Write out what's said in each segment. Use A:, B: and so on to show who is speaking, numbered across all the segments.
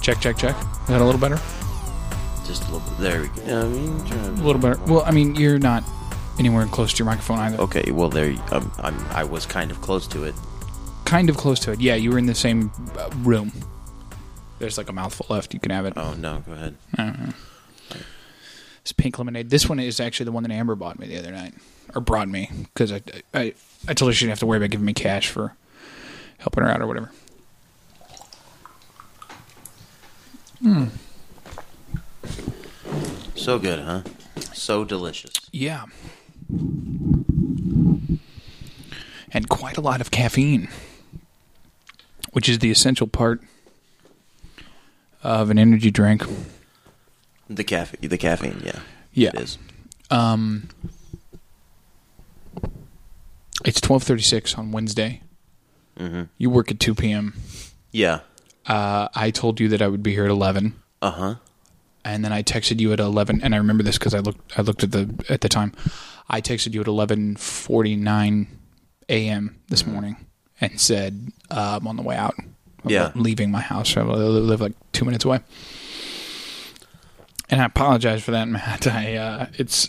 A: Check, check, check. Is that a little better?
B: Just a little bit. There we go.
A: A little better. Well, I mean, you're not anywhere close to your microphone either.
B: Okay, well, there. you- Um, I'm, I was kind of close to it.
A: Kind of close to it. Yeah, you were in the same uh, room. There's like a mouthful left. You can have it.
B: Oh, no, go ahead.
A: It's pink lemonade. This one is actually the one that Amber bought me the other night, or brought me because I, I I told her she didn't have to worry about giving me cash for helping her out or whatever.
B: So good, huh? So delicious.
A: Yeah. And quite a lot of caffeine, which is the essential part of an energy drink.
B: The caffeine. The caffeine, yeah.
A: Yeah.
B: It is.
A: Um, it's twelve thirty six on Wednesday.
B: Mm-hmm.
A: You work at two p.m.
B: Yeah.
A: Uh, I told you that I would be here at eleven,
B: Uh huh.
A: and then I texted you at eleven. And I remember this because I looked. I looked at the at the time. I texted you at eleven forty nine a.m. this morning and said uh, I'm on the way out. I'm
B: Yeah.
A: leaving my house. I live like two minutes away. And I apologize for that, Matt. I uh, it's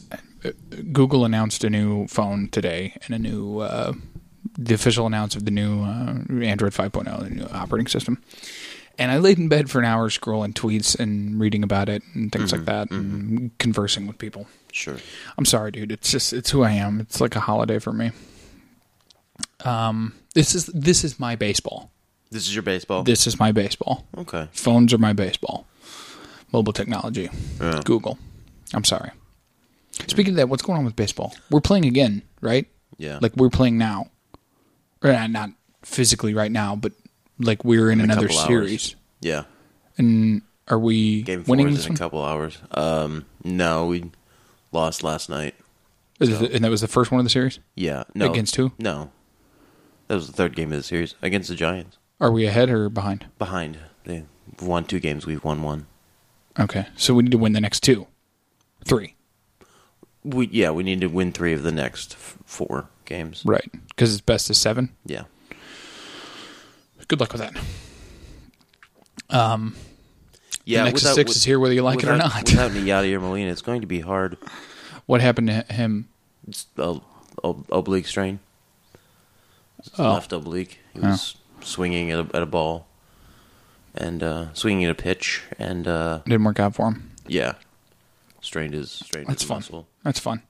A: Google announced a new phone today and a new uh, the official announce of the new uh, Android 5.0, the new operating system. And I laid in bed for an hour scrolling tweets and reading about it and things
B: Mm-hmm,
A: like that and conversing with people.
B: Sure.
A: I'm sorry, dude. It's just it's who I am. It's like a holiday for me. Um, this is this is my baseball.
B: This is your baseball.
A: This is my baseball.
B: Okay.
A: Phones are my baseball. Mobile technology.
B: Yeah.
A: Google. I'm sorry. Speaking of that, what's going on with baseball? We're playing again, right?
B: Yeah.
A: Like we're playing now. Or uh, not physically right now, but like we're in,
B: A
A: another
B: couple hours.
A: series.
B: Yeah.
A: And are we
B: Game four
A: winning
B: is
A: this
B: in
A: one?
B: a couple hours. Um, no, we lost last night.
A: Is it- And that was the first one of the series?
B: Yeah. No.
A: Against who?
B: No. That was the third game of the series against the Giants.
A: Are we ahead or behind?
B: Behind. They won two games. We've won one.
A: Okay. So we need to win the next two. Three.
B: We yeah, we need to win three of the next f- four games.
A: Right. Because it's best of seven.
B: Yeah,
A: Good luck with that.
B: yeah.
A: next six is here whether you like it or
B: without-
A: not.
B: Without Nyadi or Molina, it's going to be hard.
A: What happened to him?
B: It's a, a, oblique strain. It's
A: Oh.
B: Left oblique. He was swinging at a, at a ball, and uh, swinging at a pitch, and uh,
A: Didn't work out for him.
B: yeah, strained his strained
A: That's
B: his
A: fun.
B: muscle.
A: That's fun.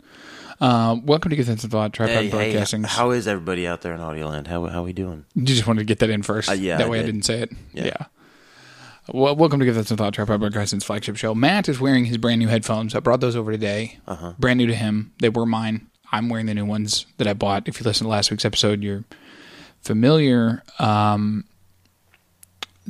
A: Uh, welcome to Give Things a Thought, Tripod
B: Hey, hey,
A: Broadcasting.
B: how is everybody out there in Audioland? How how we doing?
A: you just wanted to get that in first.
B: Uh, yeah,
A: That
B: I
A: way I
B: did.
A: didn't say it.
B: Yeah.
A: Well, welcome to Give That Some Thought, Tripod Broadcasting's flagship show. Matt is wearing his brand new headphones. I brought those over today. Uh-huh. Brand new to him. They were mine. I'm wearing the new ones that I bought. If you listened to last week's episode, you're familiar. Um,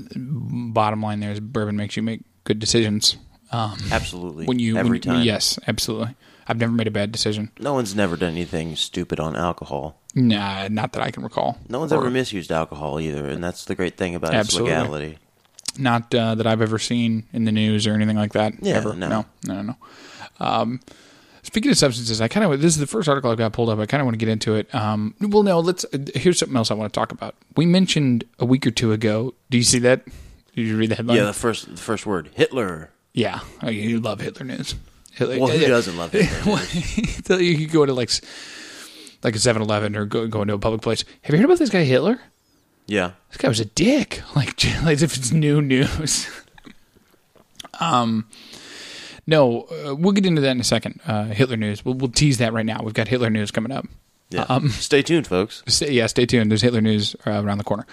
A: bottom line there is bourbon makes you make good decisions.
B: Absolutely.
A: When you
B: every
A: when, you-
B: time.
A: Yes, absolutely. I've never made a bad decision.
B: No one's never done anything stupid on alcohol.
A: Nah, not that I can recall.
B: No one's
A: Or-
B: ever misused alcohol either, and that's the great thing about
A: Absolutely.
B: its legality.
A: not uh, that I've ever seen in the news or anything like that.
B: Yeah,
A: ever.
B: no.
A: no, no, no. Um, speaking of substances, I kind of this is the first article I've got pulled up. I kind of want to get into it. Um, well, no, let's. uh, Here's something else I want to talk about. We mentioned a week or two ago. Do you see that? Did you read the headline?
B: Yeah, the first the first word Hitler.
A: Yeah. Oh, you love Hitler news. Hitler,
B: Well, who doesn't love Hitler?
A: So you could go to like s- like a 7-Eleven or go, go into a public place. Have you heard about this guy Hitler?
B: yeah,
A: this guy was a dick. Like, like if it's new news. um, no, uh, we'll get into that in a second. Uh, Hitler news. We'll, we'll tease that right now. We've got Hitler news coming up.
B: yeah.
A: Um,
B: Stay tuned, folks.
A: Stay, yeah, stay tuned. There's Hitler news uh, around the corner.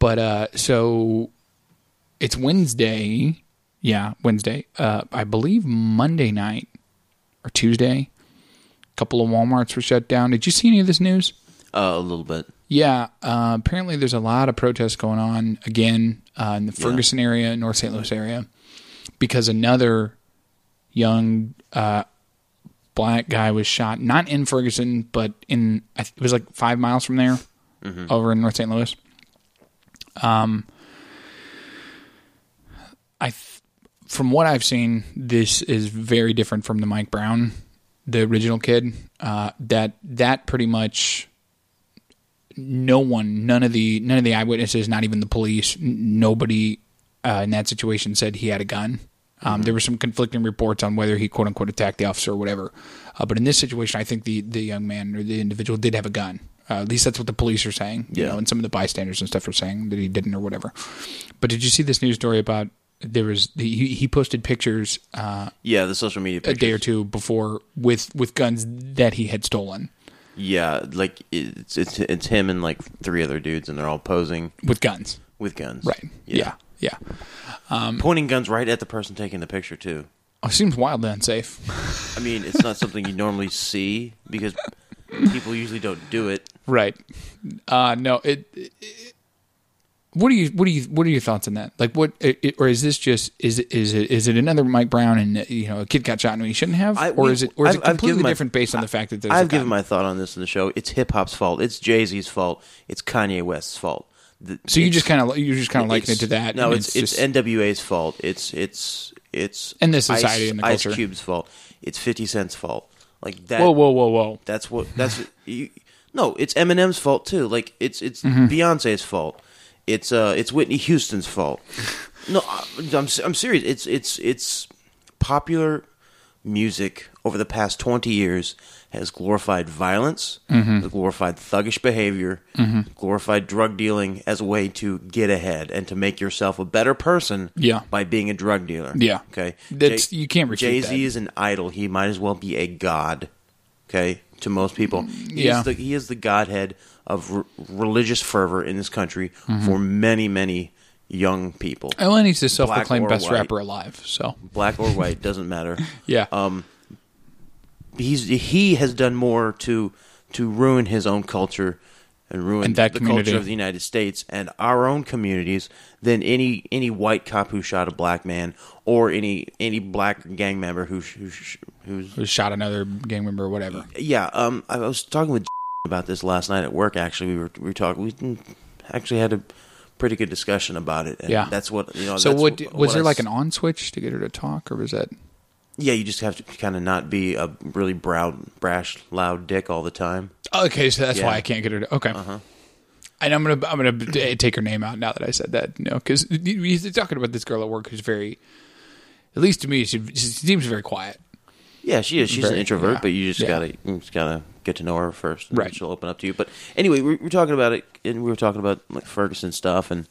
A: But uh, so it's Wednesday. Yeah, Wednesday. Uh, I believe Monday night or Tuesday. A couple of WalMarts were shut down. Did you see any of this news?
B: Uh, a little bit.
A: Yeah, uh, apparently there's a lot of protests going on again uh, in the Ferguson area, North St. Louis area, because another young uh, black guy was shot, not in Ferguson, but in I th- it was like five miles from there, over in North St. Louis. Um, I, th- from what I've seen, this is very different from the Mike Brown, the original kid. Uh, that that pretty much no one, none of the none of the eyewitnesses, not even the police, n- nobody uh, in that situation said he had a gun.
B: Mm-hmm.
A: Um, There were some conflicting reports on whether he quote unquote attacked the officer or whatever. Uh, but in this situation, I think the the young man or the individual did have a gun. Uh, at least that's what the police are saying. You
B: Yeah.
A: know, and some of the bystanders and stuff are saying that he didn't or whatever. But did you see this news story about there was the, he, he posted pictures uh,
B: Yeah, the social media
A: a
B: pictures.
A: day or two before with with guns that he had stolen
B: Yeah, like it's it's it's him and like three other dudes, and they're all posing
A: with guns.
B: with guns.
A: Right. Yeah. Mm. Yeah.
B: pointing guns right at the person taking the picture too.
A: Oh, seems wildly unsafe.
B: I mean, it's not something you normally see because people usually don't do it.
A: Right. Uh, no. It, it- What do you? What do you? What are your thoughts on that? Like, what? It, it- or is this just? Is it? Is it? Is it another Mike Brown and you know a kid got shot and he shouldn't have?
B: I-
A: or
B: we-
A: is it? Or is
B: I've-
A: it
B: I've given
A: completely
B: my-
A: different based on the fact that there's?
B: I've
A: a gun?
B: given my thought on this in the show. It's hip hop's fault. It's Jay Z's fault. It's Kanye West's fault. The-
A: So you
B: it's-
A: just kind of you just kind of liken it
B: it's-
A: to that.
B: No,
A: and
B: it's it's,
A: just-
B: NWA's fault. It's it's it's
A: And the society
B: Ice,
A: and the culture.
B: Ice Cube's fault. It's Fifty Cent's fault. Like that.
A: whoa, whoa, whoa, whoa.
B: That's what. That's you, no. It's Eminem's fault too. Like it's it's
A: Mm-hmm.
B: Beyonce's fault. It's uh it's Whitney Houston's fault. No, I- I'm I'm serious. It's it's it's popular music over the past 20 years has glorified violence,
A: Mm-hmm.
B: has glorified thuggish behavior, glorified drug dealing as a way to get ahead and to make yourself a better person
A: Yeah.
B: by being a drug dealer.
A: Yeah.
B: Okay.
A: That's- you can't refute
B: Jay Z
A: that.
B: is an idol. He might as well be a god. Okay, to most people, he
A: Yeah.
B: is the, he is the godhead of r religious fervor in this country for many, many young people,
A: Well, Mm-hmm. and he's E the self-proclaimed
B: or
A: best
B: white.
A: rapper alive. So
B: black or white, doesn't matter.
A: yeah,
B: Um, he's he has done more to to ruin his own culture and ruin
A: And that
B: the
A: community.
B: culture of the United States and our own communities than any any white cop who shot a black man or any any black gang member who sh- who sh- who's
A: Who shot another gang member or whatever.
B: yeah, um, I was talking with about this last night at work. Actually, we were we were talking. We actually had a pretty good discussion about it. And
A: Yeah.
B: that's what you know.
A: So
B: Oh, that's
A: what
B: wh-
A: was
B: what
A: there
B: I
A: like
B: s-
A: an on switch to get her to talk, or was that?
B: Yeah, you just have to kind of not be a really broad, brash, loud dick all the time.
A: Okay, so that's
B: Yeah. Uh-huh.
A: why I can't get her. To, okay. And I'm gonna I'm gonna t- take her name out now that I said that. No, because you're talking about this girl at work who's very, at least to me, she, she seems very quiet.
B: Yeah, she is. She's
A: Very-
B: an introvert,
A: yeah.
B: but you just
A: Yeah.
B: gotta you just gotta get to know her first. and
A: Right.
B: she'll open up to you. But anyway, we we're talking about it, and we were talking about like Ferguson stuff and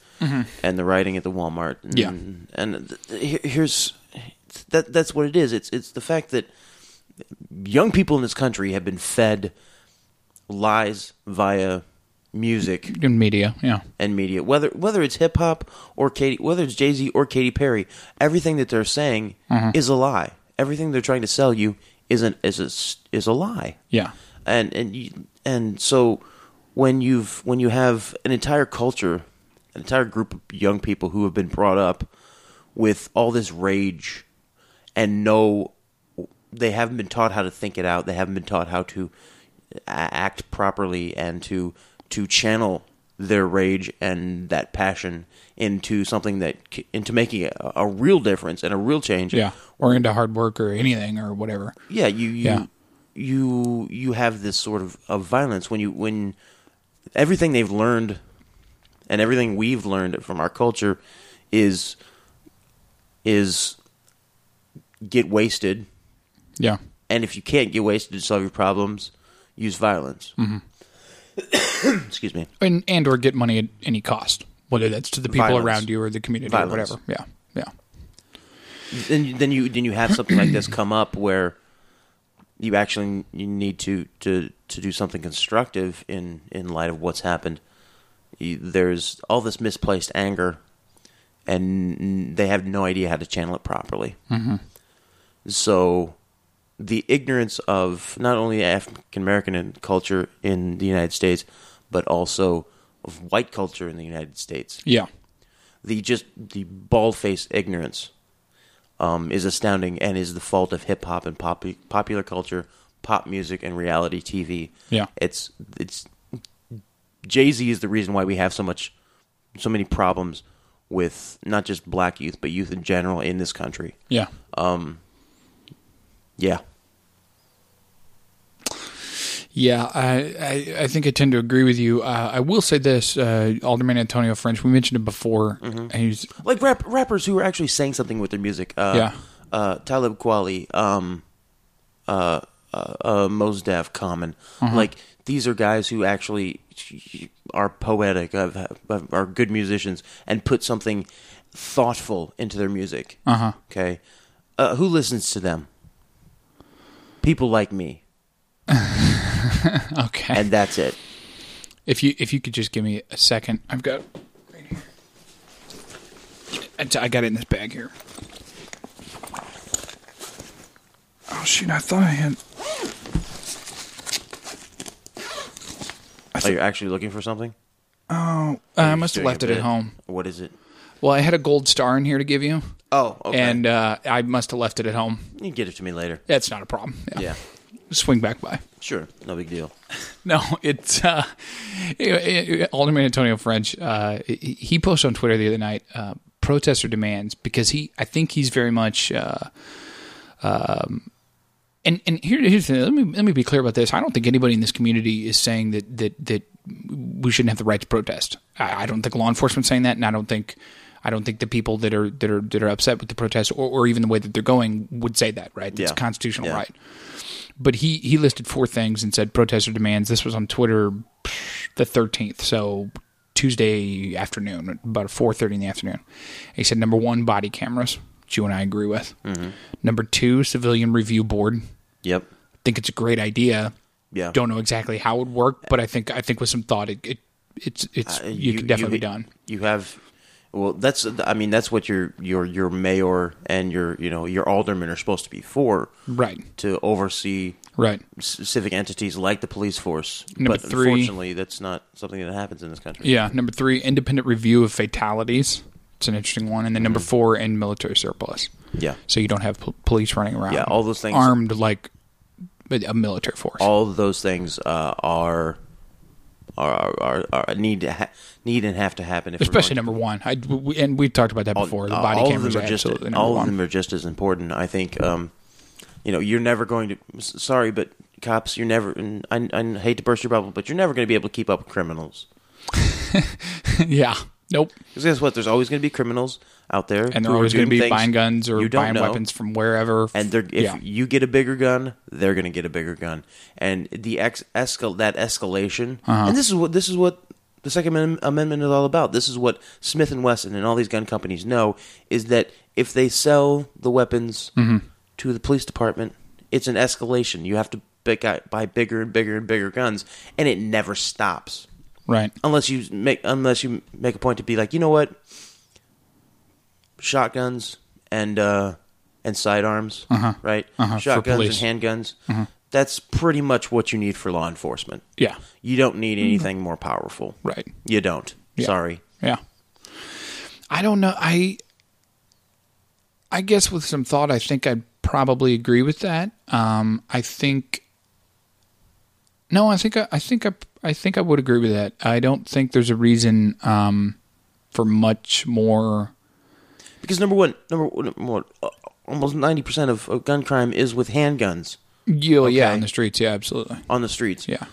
B: and the writing at the Walmart. And,
A: Mm-hmm. Yeah.
B: and th- th- here- here's that that's what it is. It's it's the fact that young people in this country have been fed lies via music
A: In media, yeah,
B: and media, whether whether it's hip hop or Katy, whether it's Jay Z or Katy Perry, everything that they're saying is a lie. Everything they're trying to sell you isn't is a, s- is a lie.
A: yeah,
B: and and you, and so when you've when you have an entire culture, an entire group of young people who have been brought up with all this rage and no they haven't been taught how to think it out. They haven't been taught how to a- act properly and to to channel their rage and that passion into something that c- into making a, a real difference and a real change.
A: yeah, or into hard work or anything or whatever.
B: Yeah, you you
A: Yeah.
B: you you have this sort of, of violence when you when everything they've learned and everything we've learned from our culture is is get wasted
A: Yeah,
B: and if you can't get wasted to solve your problems, use violence. Excuse me.
A: and and or get money at any cost, whether that's to the people
B: Violence.
A: around you or the community
B: Violence.
A: or whatever. Yeah, yeah,
B: Then then you then you have something like this come up where you actually you need to to to do something constructive in in light of what's happened. You, there's all this misplaced anger, and they have no idea how to channel it properly. So the ignorance of not only African American culture in the United States, but also of white culture in the United States.
A: Yeah.
B: The just the bald faced ignorance um, is astounding and is the fault of hip hop and pop- popular culture, pop music, and reality TV.
A: Yeah.
B: it's it's Jay Z is the reason why we have so much, so many problems with not just black youth but youth in general in this country.
A: Yeah.
B: Yeah,
A: Yeah, I, I, I think I tend to agree with you. Uh, I will say this, uh, Alderman Antonio French. We mentioned him before.
B: Mm-hmm.
A: He's
B: like rap- rappers who are actually saying something with their music. Uh,
A: Yeah.
B: uh, Talib Kweli, um, uh, uh, uh, Mos Def, Common.
A: Mm-hmm.
B: Like these are guys who actually are poetic, have, have, are good musicians, and put something thoughtful into their music.
A: Uh-huh.
B: Okay, uh, who listens to them? People like me,
A: okay.
B: and that's it.
A: If you if you could just give me a second, I've got. I I got it in this bag here. Oh shoot! I thought I had.
B: Are you actually looking for something?
A: I must have
B: Doing a
A: left it at
B: bit.
A: home.
B: What is it?
A: Well, I had a gold star in here to give you,
B: Oh, okay.
A: and uh, I must have left it at home.
B: you can get it to me later.
A: That's not a problem.
B: Yeah,
A: swing back by.
B: sure, no big deal.
A: No, it's uh, anyway, Alderman Antonio French. Uh, he he posted on Twitter the other night. Uh, protester demands because he, I think he's very much. Uh, um, and and here, here's the thing. Let me let me be clear about this. I don't think anybody in this community is saying that that that we shouldn't have the right to protest. I, I don't think law enforcement's saying that, and I don't think. I don't think the people that are that are that are upset with the protest or, or even the way that they're going would say that, right? It's
B: Yeah.
A: a constitutional
B: Yeah.
A: right but he he listed four things and said protester demands. This was on Twitter psh, the thirteenth, so Tuesday afternoon, about four thirty in the afternoon. He said number one, body cameras, which you and I agree with.
B: Mm-hmm.
A: Number two, civilian review board.
B: Yep.
A: Think it's a great idea.
B: Yeah.
A: Don't know exactly how it would work, but I think I think with some thought, it, it it's it's
B: Uh,
A: you, could definitely be done.
B: You have, well, that's I mean that's what your your your mayor and your you know your aldermen are supposed to be for,
A: Right.
B: To oversee
A: Right.
B: c- civic entities like the police force.
A: Number
B: but
A: three-
B: unfortunately, that's not something that happens in this country.
A: Yeah. Number three, independent review of fatalities. It's an interesting one, and then number four, and military surplus.
B: Mm-hmm. Yeah.
A: so you don't have pol- police running around.
B: Yeah, all those things-
A: armed like a a military force.
B: All of those things uh, are. Are, are, are need to ha- need and have to happen if we're
A: Especially
B: going to-
A: number one, I we, and we talked about that before. The body
B: all of
A: cameras
B: them
A: are
B: are just
A: absolutely number
B: all
A: one.
B: of them are just as important. I think um, you know you're never going to. s- Sorry, but cops, you're never. And I, I hate to burst your bubble, but you're never going to be able to keep up with criminals.
A: yeah, nope.
B: Because guess what? There's always going to be criminals out there,
A: And
B: who
A: they're
B: are
A: always going to
B: doing
A: be
B: things
A: buying guns or
B: you don't
A: buying
B: know.
A: weapons from wherever.
B: And they're, if
A: yeah,
B: you get a bigger gun, they're going to get a bigger gun. And the ex escal that escalation. And this is what this is what the Second Amendment- Amendment is all about. This is what Smith and Wesson and all these gun companies know is that if they sell the weapons to the police department, it's an escalation. You have to pick out, buy bigger and bigger and bigger guns, and it never stops
A: right.
B: unless you make unless you make a point to be like, you know what, shotguns and uh, and sidearms,
A: Uh-huh.
B: right?
A: Uh-huh, for
B: Shotguns
A: police. Mm-hmm.
B: and handguns. That's pretty much what you need for law enforcement.
A: Yeah,
B: You don't need anything more powerful,
A: Mm-hmm. right.
B: You don't.
A: Yeah.
B: Sorry.
A: Yeah. I don't know. I I guess with some thought, I think I'd probably agree with that. Um, I think no, I think I, I think I I think I would agree with that. I don't think there's a reason um, for much more.
B: Because number one, number one, number one, uh, almost ninety percent of, of gun crime is with handguns
A: Yeah, yeah,
B: Okay.
A: on the streets. Yeah, absolutely.
B: on the streets.
A: Yeah,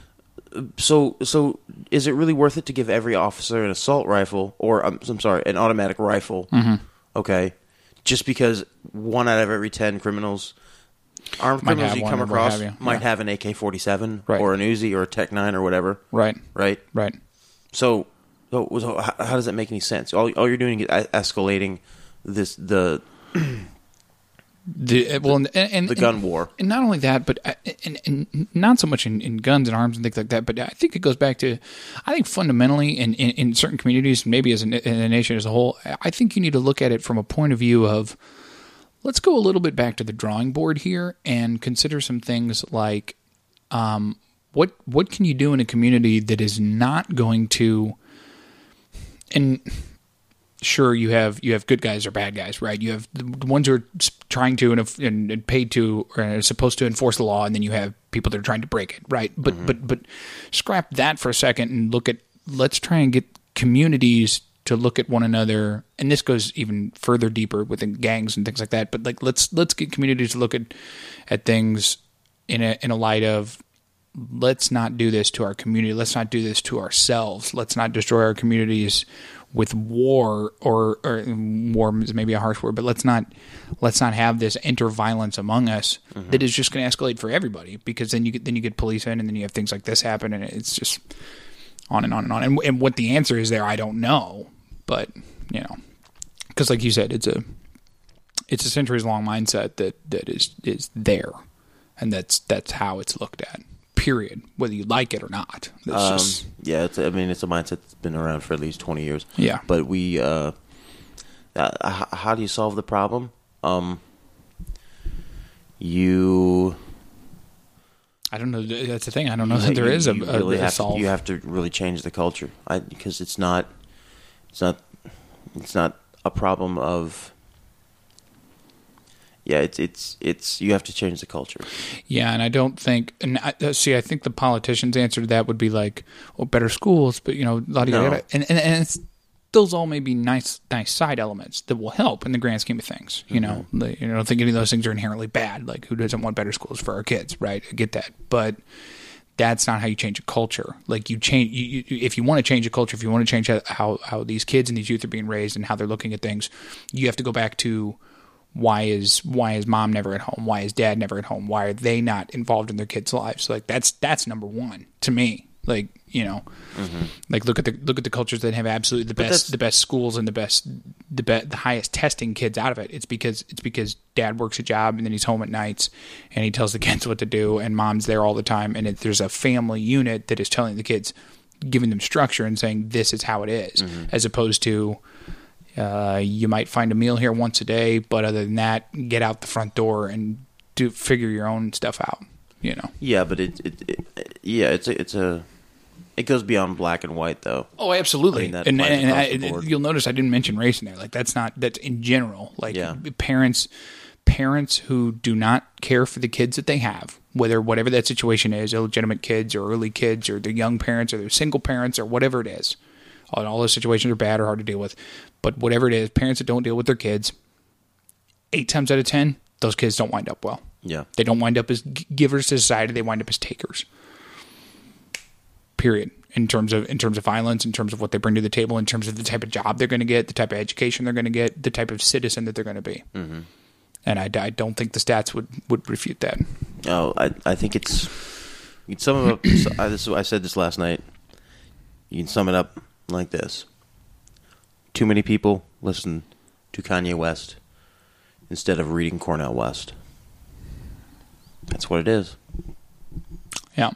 B: So, so is it really worth it to give every officer an assault rifle or um, I'm sorry, an automatic rifle?
A: Mm-hmm.
B: Okay, just because one out of every ten criminals, armed
A: Might
B: criminals
A: have
B: you
A: one
B: come
A: or what
B: across,
A: have you.
B: might
A: Yeah.
B: have an AK-47
A: Right.
B: or an Uzi or a Tech Nine or whatever.
A: right,
B: Right.
A: right.
B: So, so, so how, how does that make any sense? All, all you're doing is a- escalating this the
A: The, well, and, and,
B: the gun war.
A: and not only that, but uh, and, and not so much in, in guns and arms and things like that, but I think it goes back to, I think fundamentally in, in, in certain communities, maybe as a, in a nation as a whole, I think you need to look at it from a point of view of, let's go a little bit back to the drawing board here and consider some things like um, what what can you do in a community that is not going to and sure you have you have good guys or bad guys right you have the ones who are s- trying to and, if- and and paid to or are supposed to enforce the law and then you have people that are trying to break it right but but but scrap that for a second and look at let's try and get communities to look at one another and this goes even further deeper within gangs and things like that but like let's let's get communities to look at at things in a in a light of let's not do this to our community. Let's not do this to ourselves. Let's not destroy our communities with war or, or war is maybe a harsh word, but let's not let's not have this enter violence among us that is just going to escalate for everybody because then you get then you get police in and then you have things like this happen and it's just on and on and on. And, and what the answer is there, I don't know, but you know, because like you said, it's a it's a centuries long mindset that that is is there, and that's that's how it's looked at. Period. Whether you like it or not, it's
B: Um,
A: just
B: yeah, it's, I mean, it's a mindset that's been around for at least 20 years.
A: Yeah.
B: But we, uh, uh, h- how do you solve the problem? Um, you,
A: I don't know. That's the thing. I don't know that there
B: you-
A: is a,
B: you
A: a,
B: really
A: a
B: have
A: solve.
B: To, you have to really change the culture because it's not, it's not, it's not a problem of. Yeah, it's it's it's you have to change the culture.
A: yeah, and I don't think. And I, uh, see, I think the politicians' answer to that would be like, "Oh, better schools," but you know, la di
B: No.
A: da da. And and, and it's, those all may be nice nice side elements that will help in the grand scheme of things. You know, Like, you know, I don't think any of those things are inherently bad. Like, who doesn't want better schools for our kids, right? I get that, but that's not how you change a culture. Like you change, you, you, if you want to change a culture, if you want to change how- how how these kids and these youth are being raised and how they're looking at things, you have to go back to why is why is mom never at home? Why is dad never at home? Why are they not involved in their kids' lives? Like that's that's number one to me. Like you know, like look at the look at the cultures that have absolutely the
B: that's-
A: best the best schools and the best the be, the highest testing kids out of it. It's because it's because dad works a job and then he's home at nights and he tells the kids what to do and mom's there all the time and it, there's a family unit that is telling the kids giving them structure and saying this is how it is," as opposed to uh, you might find a meal here once a day but other than that get out the front door and do figure your own stuff out you know
B: Yeah, but it it, it yeah it's a, it's a it goes beyond black and white though.
A: Oh, absolutely.
B: I mean, that
A: and
B: applies
A: and
B: across
A: I,
B: the board.
A: you'll notice I didn't mention race in there. Like that's not that's in general. Like
B: Yeah.
A: parents parents who do not care for the kids that they have, whether whatever that situation is, illegitimate kids or early kids or the young parents or their single parents or whatever it is. And all those situations are bad or hard to deal with. But whatever it is, parents that don't deal with their kids, eight times out of ten, those kids don't wind up well.
B: Yeah.
A: They don't wind up as g- givers to society. They wind up as takers. Period. In terms of in terms of violence, in terms of what they bring to the table, in terms of the type of job they're going to get, the type of education they're going to get, the type of citizen that they're going to be. Mm-hmm. And I, I don't think the stats would would refute that.
B: Oh, I I think it's you can sum it up. so- I, this, I said this last night. You can sum it up like this: Too many people listen to Kanye West instead of reading Cornell West. That's what it is.
A: Yeah.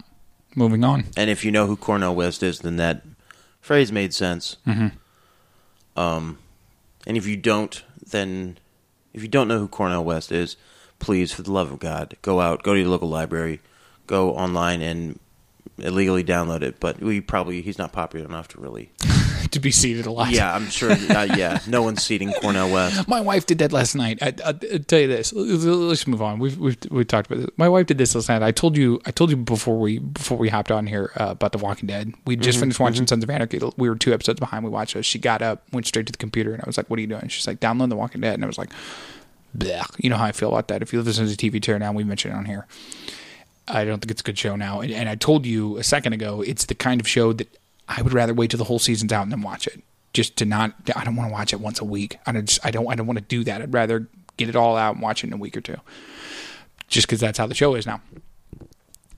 A: Moving on.
B: And if you know who Cornell West is, then that phrase made sense. Um, and if you don't, then if you don't know who Cornell West is, please, for the love of God, go out, go to your local library, go online and illegally download it. But we probably he's not popular enough to really.
A: to be seated a lot.
B: Yeah, I'm sure. Uh, yeah, no one's seating Cornell West.
A: My wife did that last night. I, I, I tell you this. Let's, let's move on. We've, we've we've talked about this. My wife did this last night. I told you. I told you before we before we hopped on here uh, about The Walking Dead. We just finished watching Sons of Anarchy. We were two episodes behind. We watched it. She got up, went straight to the computer, and I was like, "What are you doing?" She's like, "Download The Walking Dead," and I was like, "Blech." You know how I feel about that. If you listen to TV tier now, we mentioned it on here. I don't think it's a good show now. And, and I told you a second ago, it's the kind of show that I would rather wait till the whole season's out and then watch it. Just to not, I don't want to watch it once a week. I don't, just, I don't, I don't want to do that. I'd rather get it all out and watch it in a week or two. Just because that's how the show is now.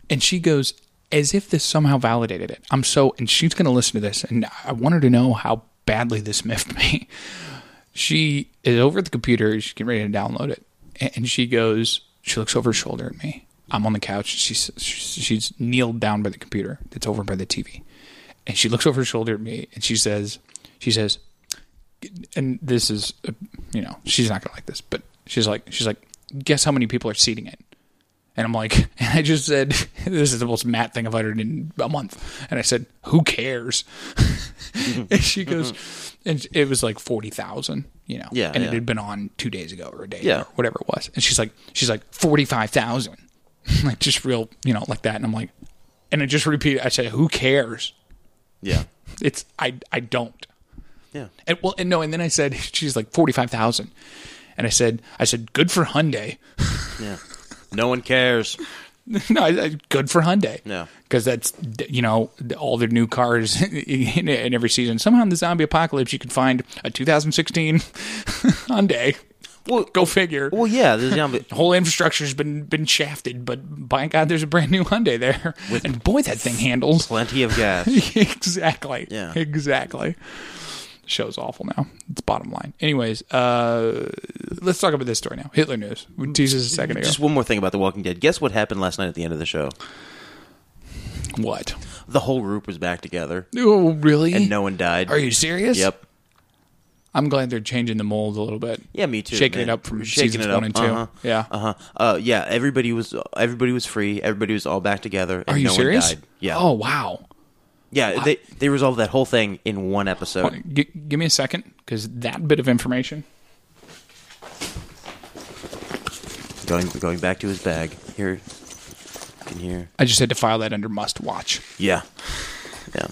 A: And she goes, as if this somehow validated it. I'm so, and she's going to listen to this, and I want her to know how badly this miffed me. She is over at the computer, she's getting ready to download it, a- and she goes, she looks over her shoulder at me. I'm on the couch, she's, she's kneeled down by the computer that's over by the TV. And she looks over her shoulder at me, and she says, she says, and this is, uh, you know, she's not going to like this, but she's like, she's like, guess how many people are seating it? And I'm like, and I just said, this is the most Matt thing I've uttered in a month. And I said, who cares? and she goes, and it was like 40,000, you know?
B: Mm-hmm. Yeah,
A: And
B: yeah.
A: it had been on two days ago or a day
B: Yeah.
A: or whatever it was. And she's like, she's like, 45,000. like, just real, you know, like that. And I'm like, and I just repeat, I said, who cares?
B: Yeah.
A: It's, I, I don't.
B: Yeah.
A: And well, and no, and then I said she's like forty five thousand, and I said I said good for Hyundai.
B: Yeah. No one cares.
A: no, I, I, good for Hyundai.
B: Yeah.
A: because that's you know all their new cars in, in every season. Somehow in the zombie apocalypse, you can find a 2016 Hyundai.
B: Well-
A: go figure.
B: Well, yeah, the zombie.
A: the whole infrastructure's been been shafted, but by God, there's a brand new Hyundai there, and boy, that thing handles.
B: Plenty of gas.
A: exactly.
B: Yeah.
A: Exactly. Show's awful now. It's bottom line. Anyways, uh, let's talk about this story now. Hitler news. We teased this a second ago.
B: Mm. Just one more thing about The Walking Dead. Guess what happened last night at the end of the show?
A: What?
B: The whole group was back together,
A: Oh, really?
B: and no one died.
A: Are you serious?
B: Yep.
A: I'm glad they're changing the mold a little bit.
B: Yeah, me too.
A: Shaking
B: man.
A: it up from
B: Shaking
A: seasons
B: it up.
A: one and 2
B: Uh-huh.
A: Yeah.
B: Uh-huh. Uh Yeah. Everybody was everybody was free. Everybody was all back together. And
A: Are you
B: no
A: serious?
B: One died. Yeah.
A: Oh wow.
B: Yeah. They they resolved that whole thing in one episode.
A: G- give me a second, because that bit of information.
B: Going going back to his bag here. You can hear.
A: I just had to file that under must watch.
B: Yeah. Yeah.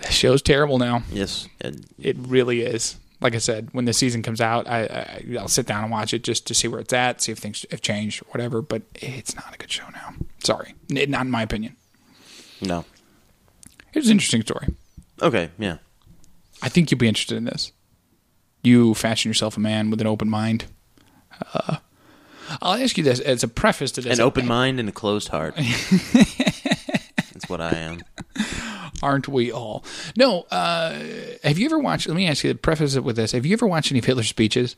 A: The show's terrible now.
B: Yes. And
A: It really is. Like I said, when the season comes out, I, I I'll sit down and watch it just to see where it's at, see if things have changed, whatever. But it's not a good show now. Sorry, N- not in my opinion.
B: no.
A: Here's an interesting story.
B: Okay. Yeah.
A: I think you'll be interested in this. You fashion yourself a man with an open mind. Uh, I'll ask you this as a preface to this.
B: An open mind and a closed heart. That's what I am.
A: aren't we all? No. Uh, have you ever watched? Let me ask you. Preface it with this. Have you ever watched any of Hitler's speeches?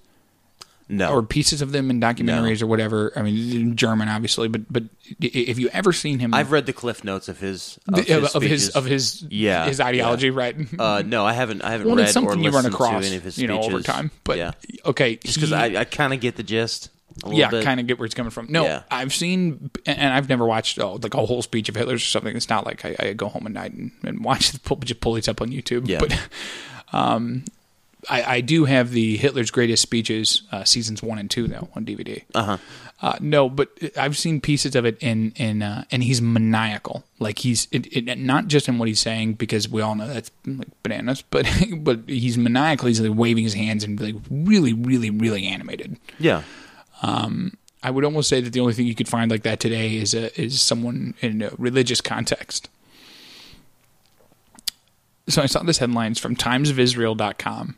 B: No.
A: or pieces of them in documentaries or whatever. I mean, in German, obviously, but but i- if you ever seen him,
B: I've read the cliff notes of his of,
A: the-
B: his,
A: of his
B: speeches.
A: of his
B: yeah
A: his ideology,
B: yeah.
A: right?
B: Uh, no, I haven't. I haven't
A: well,
B: read
A: it's
B: or
A: something you run
B: listened
A: across,
B: to any of his
A: you know, over
B: speeches.
A: time. But
B: yeah,
A: okay,
B: just because
A: he-
B: I, I kind of get the gist. A little
A: yeah,
B: bit.
A: kind of get where it's coming from. No,
B: Yeah.
A: I've seen, and I've never watched oh, like a whole speech of Hitler's or something. It's not like I, I go home at night and, and watch the pull, just pull these up on YouTube.
B: Yeah.
A: But um, I, I do have the Hitler's Greatest Speeches uh, seasons one and two though on DVD. Uh-huh. No, but I've seen pieces of it in in uh, and he's maniacal. Like he's it, it, not just in what he's saying because we all know that's like bananas, but but he's maniacal. He's like waving his hands and like really, really, really animated.
B: Yeah,
A: I would almost say that the only thing you could find like that today is a, is someone in a religious context. So I saw this headline it's from timesofisrael.com.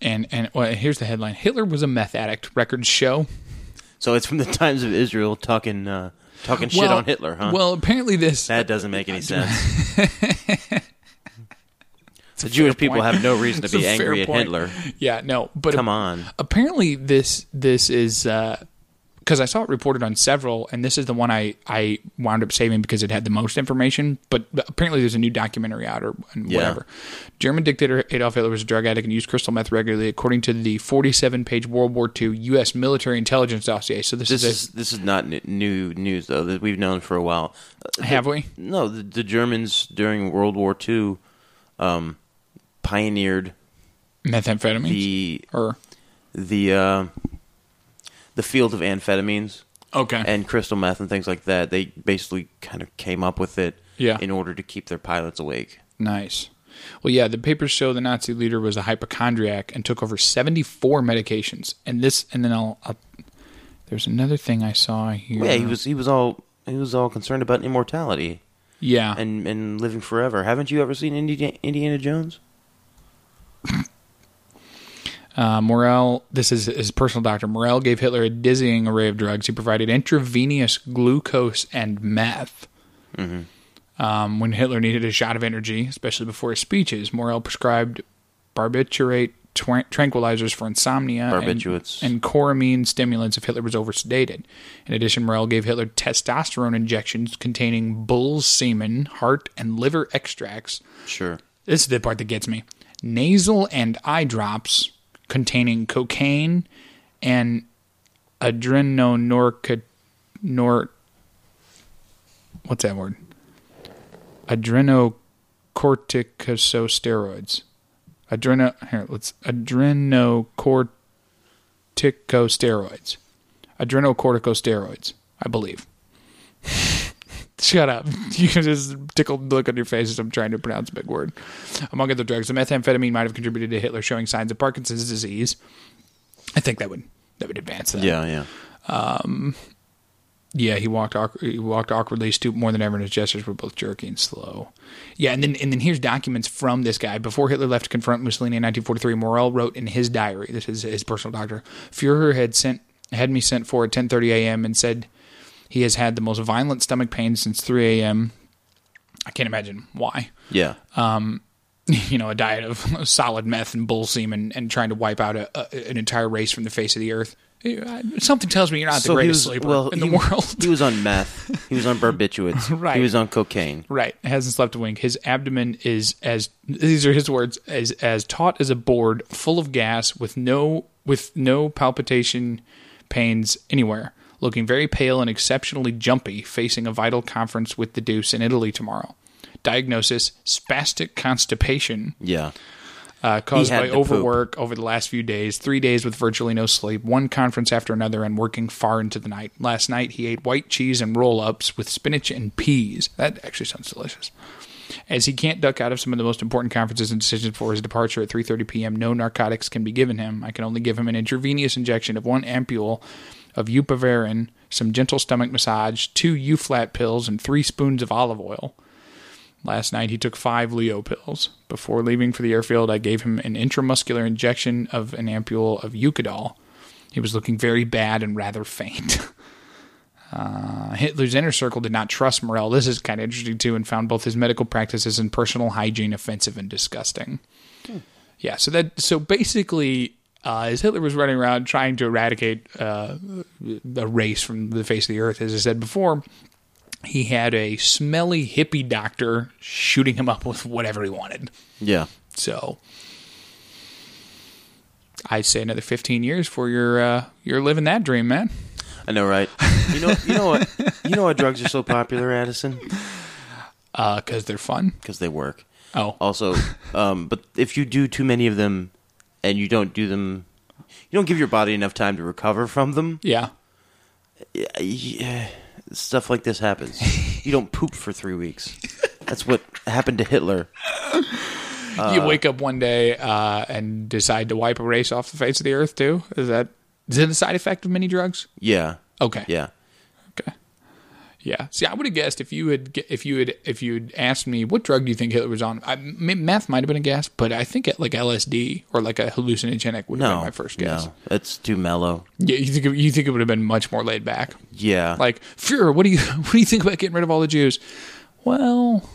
A: And and well, here's the headline. Hitler was a meth addict, records show.
B: so it's from the Times of Israel talking uh, talking shit on Hitler, huh?
A: Well, apparently this
B: that doesn't make any sense. the Jewish people
A: point.
B: have no reason to
A: It's a
B: be
A: fair
B: angry at
A: point.
B: Hitler.
A: Yeah, no, but
B: Come on.
A: Apparently, this this is because I saw it reported on several, and this is the one I I wound up saving because it had the most information. But apparently, there's a new documentary out or and
B: Yeah.
A: whatever. German dictator Adolf Hitler was a drug addict and used crystal meth regularly, according to the 47 page World War II U.S. military intelligence dossier. So this,
B: This
A: is,
B: is this is not n- new news though. That we've known for a while. Uh,
A: a, have we?
B: No, the, the Germans during World War II um, pioneered
A: Methamphetamines
B: the
A: or
B: the uh, the field of amphetamines
A: okay
B: and crystal meth and things like that. They basically kind of came up with it
A: Yeah.
B: in order to keep their pilots awake.
A: Nice. Well, yeah, the papers show the Nazi leader was a hypochondriac and took over 74 medications. And this, and then I'll, I'll there's another thing I saw here.
B: Yeah, he was he was all he was all concerned about immortality
A: yeah,
B: and and living forever. Haven't you ever seen Indiana, Indiana Jones?
A: uh, Morel, this is his personal doctor. Morel gave Hitler a dizzying array of drugs. He provided intravenous glucose and meth. Um, when Hitler needed a shot of energy, especially before his speeches, Morel prescribed barbiturate tran- tranquilizers for insomnia and-
B: Barbiturates.
A: and, coramine stimulants if Hitler was oversedated. In addition, Morel gave Hitler testosterone injections containing bull's semen, heart, and liver extracts.
B: Sure.
A: This is the part that gets me. Nasal and eye drops containing cocaine and adrenonorca nor what's that word? Adrenocorticosteroids. Adreno here, let's adrenocorticosteroids. Adrenocorticosteroids, I believe. Shut up. You can just tickled look on your face as I'm trying to pronounce a big word. Among other drugs, the methamphetamine might have contributed to Hitler showing signs of Parkinson's disease. I think that would that would advance that.
B: Yeah, yeah.
A: Yeah, he walked awk- he walked awkwardly, stooped more than ever, and his gestures were both jerky and slow. Yeah, and then and then here's documents from this guy before Hitler left to confront Mussolini in 1943. Morel wrote in his diary, this is his personal doctor, Führer had sent had me sent for at 10:30 a.m. and said he has had the most violent stomach pain since 3 a.m. I can't imagine why
B: Yeah.
A: you know, a diet of solid meth and bull semen and trying to wipe out a, a, an entire race from the face of the earth. Something tells me you're not the greatest sleeper in the
B: he,
A: world.
B: he was on meth. He was on barbiturates.
A: Right.
B: He was on cocaine.
A: Right, hasn't slept a wink. His abdomen is as these are his words as as taut as a board, full of gas, with no with no palpitation pains anywhere. Looking very pale and exceptionally jumpy, facing a vital conference with the Deuce in Italy tomorrow. Diagnosis: spastic constipation
B: Yeah.
A: uh, caused
B: had
A: by
B: to poop.
A: overwork over the last few days. Three days with virtually no sleep, one conference after another, and working far into the night. Last night he ate white cheese and roll ups with spinach and peas. That actually sounds delicious. As he can't duck out of some of the most important conferences and decisions before his departure at 3:30 p.m., no narcotics can be given him. I can only give him an intravenous injection of one ampule of Upivarin, some gentle stomach massage, two U-flat pills, and three spoons of olive oil. Last night he took five Leo pills. Before leaving for the airfield, I gave him an intramuscular injection of an ampule of Eucadol. He was looking very bad and rather faint. Uh, Hitler's inner circle did not trust Morel. This is kind of interesting too, and found both his medical practices and personal hygiene offensive and disgusting. Yeah, so that so basically, uh, as Hitler was running around trying to eradicate uh, a race from the face of the earth, as I said before, he had a smelly hippie doctor shooting him up with whatever he wanted.
B: Yeah.
A: So I'd say another 15 years for your uh, you're living that dream, man.
B: I know, right? You know, you know what? You know why drugs are so popular, Addison?
A: Because Uh, they're fun.
B: Because they work.
A: Oh,
B: Also, um, but if you do too many of them, and you don't do them, you don't give your body enough time to recover from them.
A: yeah.
B: yeah, stuff like this happens. You don't poop for three weeks. That's what happened to Hitler.
A: you wake up one day uh, and decide to wipe a race off the face of the earth too. Is that is that a side effect of many drugs?
B: Yeah.
A: Okay.
B: Yeah.
A: Okay. Yeah. See, I would have guessed if you had ge- if you had if you had asked me what drug do you think Hitler was on, I, m- meth might have been a guess, but I think it, like LSD or like a hallucinogenic would have
B: No.
A: been my first guess.
B: No. That's too mellow.
A: Yeah, you think it, you think it would have been much more laid back.
B: Yeah.
A: Like Führer, what do you what do you think about getting rid of all the Jews? Well.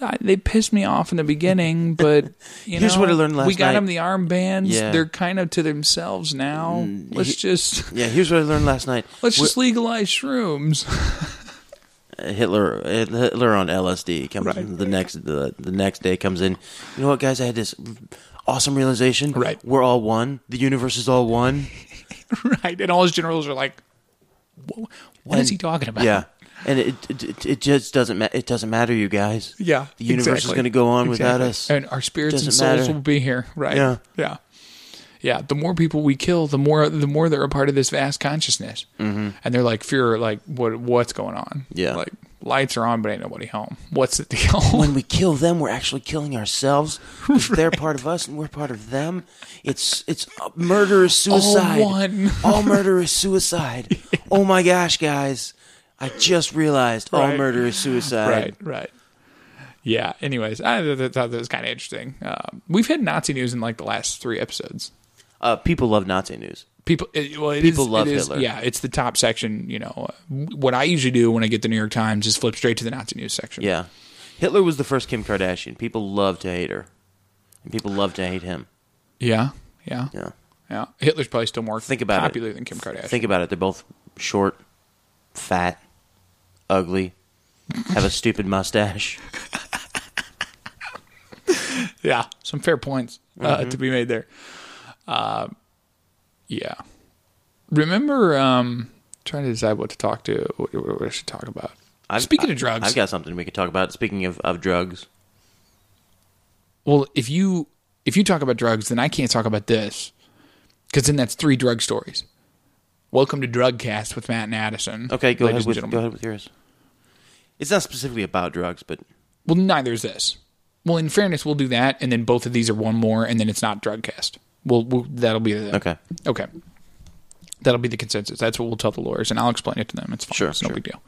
A: I, they pissed me off in the beginning, but you
B: Here's
A: know,
B: what I learned last
A: we got
B: night.
A: them the armbands.
B: Yeah.
A: They're kind of to themselves now. Let's just
B: Yeah, here's what I learned last night.
A: let's
B: We're-
A: just legalize shrooms.
B: Hitler uh, Hitler on LSD comes
A: Right.
B: in the next the, the next day comes in. You know what, guys? I had this awesome realization.
A: Right.
B: we're all one. The universe is all one.
A: right? And all his generals are like, "Wha- "What is
B: And-
A: he talking about?"
B: Yeah, and it it, it, it just doesn't ma- it doesn't matter, you guys.
A: yeah.
B: the universe
A: exactly.
B: is going to go on without
A: Exactly.
B: us.
A: and our spirits and
B: Doesn't
A: souls
B: matter.
A: will be here. Right?
B: Yeah.
A: yeah, yeah. The more people we kill, the more the more they're a part of this vast consciousness. Mm-hmm. And they're like, "Fear, like what what's going on?"
B: Yeah.
A: like lights are on, but ain't nobody home. What's the deal?
B: when we kill them, we're actually killing ourselves. 'cause They're part of us, and we're part of them. It's it's uh, murder is suicide.
A: one.
B: all murder is suicide. Oh my gosh, guys! I just realized all
A: Right.
B: murder is suicide.
A: right, right. Yeah. Anyways, I th- th- thought that was kind of interesting. Um, we've had Nazi news in like the last three episodes.
B: Uh, people love Nazi news.
A: People, it, well, it is-
B: People love
A: it is-
B: Hitler.
A: Yeah, it's the top section. You know, Uh, what I usually do when I get the New York Times is flip straight to the Nazi news section.
B: Yeah, Hitler was the first Kim Kardashian. People love to hate her, and people love to hate him.
A: yeah, yeah,
B: Yeah,
A: yeah. Hitler's probably still more
B: think about
A: popular
B: it.
A: than Kim Kardashian.
B: Think about it. They're both short, fat, ugly, have a stupid mustache. Mm-hmm.
A: yeah, some fair points uh, to be made there. Yeah. Remember, um, trying to decide what to talk to, what, what I should talk about.
B: I've-
A: Speaking
B: I-
A: of drugs,
B: I've got something we could talk about. Speaking of, of drugs,
A: well, if you if you talk about drugs, then I can't talk about this because then that's three drug stories. Welcome to Drugcast with Matt and Addison.
B: okay, go ahead
A: ladies and
B: with
A: gentlemen.
B: go ahead with yours. It's not specifically about drugs, but
A: Well, neither is this. Well, in fairness, we'll do that, and then both of these are one more, and then it's not Drugcast. We'll, we'll that'll be the
B: Okay.
A: Okay, that'll be the consensus. That's what we'll tell the lawyers, and I'll explain it to them. It's fine.
B: Sure,
A: it's no
B: sure.
A: big deal.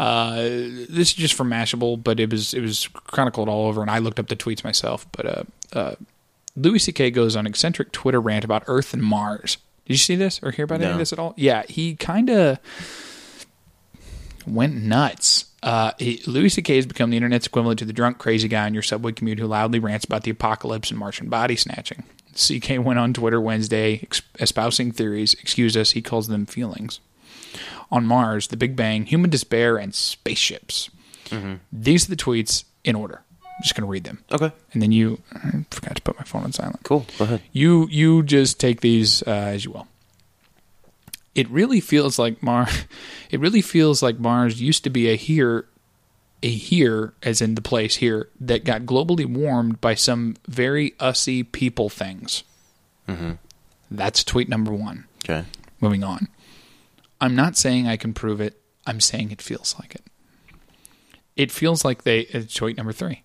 A: Uh, this is just from Mashable, but it was it was chronicled all over, and I looked up the tweets myself. But uh, uh, Louis C.K. goes on eccentric Twitter rant about Earth and Mars. Did you see this or hear about any
B: No.
A: of this at all? Yeah, he kind of went nuts. Uh, he, Louis C.K. has become the internet's equivalent to the drunk, crazy guy on your subway commute who loudly rants about the apocalypse and Martian body snatching. C.K. went on Twitter Wednesday ex- espousing theories. Excuse us, he calls them feelings. On Mars, the Big Bang, human despair, and spaceships. These are the tweets in order. I'm just going to read them.
B: okay,
A: And then you, I forgot to put my phone on silent
B: cool. Go ahead.
A: you you just take these uh, as you will. It really feels like Mar. It really feels like Mars used to be a here, a here as in the place here that got globally warmed by some very ussy people things. That's tweet number one.
B: Okay,
A: Moving on. I'm not saying I can prove it. I'm saying it feels like it. It feels like they. It's tweet number three.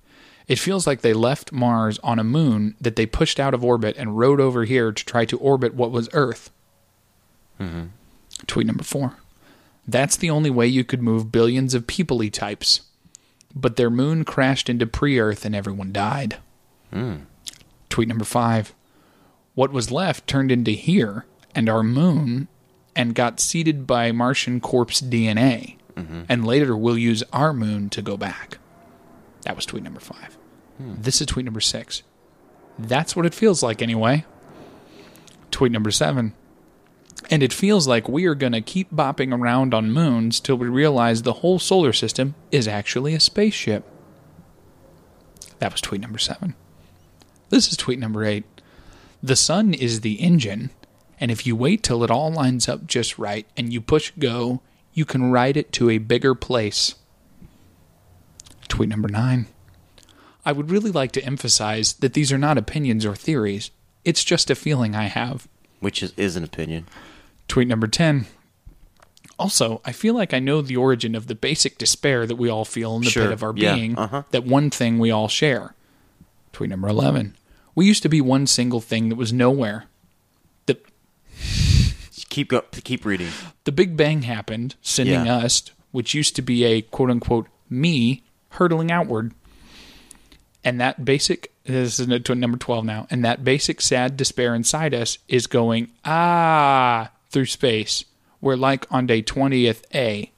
A: It feels like they left Mars on a moon that they pushed out of orbit and rode over here to try to orbit what was Earth. Tweet number four. That's the only way you could move billions of people types. But their moon crashed into pre Earth and everyone died. Tweet number five. What was left turned into here and our moon and got seeded by Martian corpse DNA. And later we'll use our moon to go back. That was tweet number five. This is tweet number six. That's what it feels like anyway. Tweet number seven. And it feels like we are going to keep bopping around on moons till we realize the whole solar system is actually a spaceship. That was tweet number seven. This is tweet number eight. The sun is the engine, and if you wait till it all lines up just right and you push go, you can ride it to a bigger place. Tweet number nine. I would really like to emphasize that these are not opinions or theories. It's just a feeling I have.
B: which is is an opinion.
A: Tweet number 10. Also, I feel like I know the origin of the basic despair that we all feel in the
B: Sure.
A: pit of our
B: Yeah.
A: being,
B: Uh-huh.
A: that one thing we all share. Tweet number 11. We used to be one single thing that was nowhere. The,
B: Keep go, keep reading.
A: the Big Bang happened, sending
B: Yeah.
A: us, which used to be a quote unquote me, hurtling outward. And that basic, this is to number 12 now, and that basic sad despair inside us is going, ah, through space. We're like on day 20th A.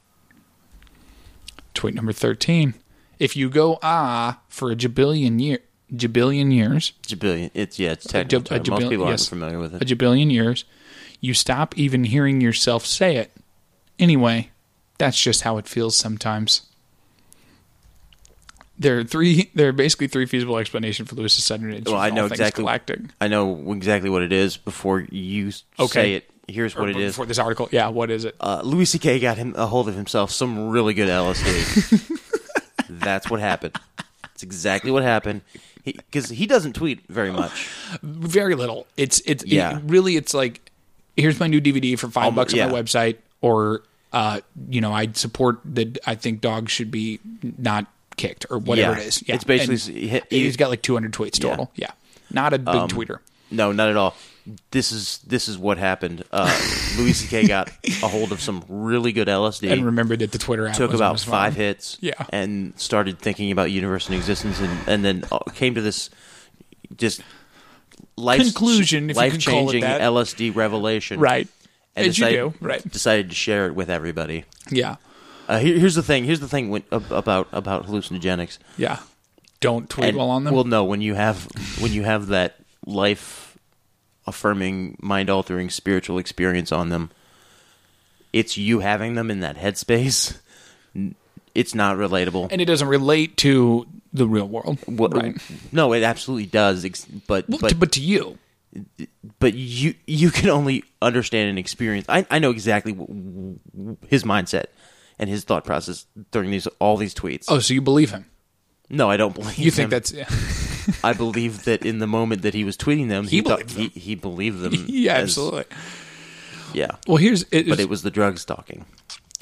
A: Tweet number 13. If you go, ah, for a jabillion, year, jabillion years,
B: Jabillion. It's yeah. It's
A: a
B: technical.
A: jab- a
B: term. Most
A: jabil-
B: people
A: yes,
B: aren't familiar with
A: A
B: it.
A: jabillion years. You stop even hearing yourself say it. Anyway, that's just how it feels sometimes. There are three. There are basically three feasible explanations for Lewis's sudden itch.
B: Well, I know exactly.
A: Galactic.
B: I know exactly what it is before you s-
A: Okay.
B: say it. Here's what it is.
A: Before this article, yeah. What is it?
B: uh, Louis C.K. got him a hold of himself some really good LSD. That's what happened. It's exactly what happened. Because he, doesn't tweet very much.
A: Very little. It's it's it-
B: Yeah.
A: really. It's like here's my new DVD for five
B: Almo-
A: bucks on
B: yeah.
A: my website, or uh, you know, I support that. I think dogs should be not kicked or whatever
B: Yeah.
A: it is. Yeah.
B: It's basically
A: And
B: s- he- Um,
A: he's got like 200 tweets total. Yeah, not a big tweeter.
B: No, not at all. This is this is what happened. Uh, Louis C.K. got a hold of some really good LSD.
A: and remembered that the Twitter app
B: took
A: was on
B: about
A: his phone.
B: five hits
A: Yeah.
B: and started thinking about universe and existence and, and then uh, came to this just life
A: Conclusion, if you can call it
B: life-changing
A: that.
B: LSD revelation
A: Right.
B: and
A: As you
B: decided,
A: do, right.
B: decided to share it with everybody
A: Yeah,
B: uh, here, here's the thing here's the thing when, ab- about about hallucinogenics
A: yeah. Don't tweet
B: And-
A: while on them.
B: well no when you have when you have that life affirming mind altering spiritual experience on them it's you having them in that headspace N- it's not relatable
A: and it doesn't relate to the real world,
B: Well,
A: right?
B: No, it absolutely does. ex- But
A: Well,
B: but,
A: to, but to you,
B: but you you can only understand and experience. I I know exactly w- w- his mindset and his thought process during these all these tweets.
A: Oh, so you believe him?
B: No, I don't believe.
A: You think
B: him. Hmm.
A: that's yeah,
B: I believe that in the moment that he was tweeting them,
A: He
B: he thought-
A: believed
B: he, he believed them.
A: yeah
B: as-
A: absolutely.
B: Yeah,
A: Well, here's it,
B: but it was the drug stalking.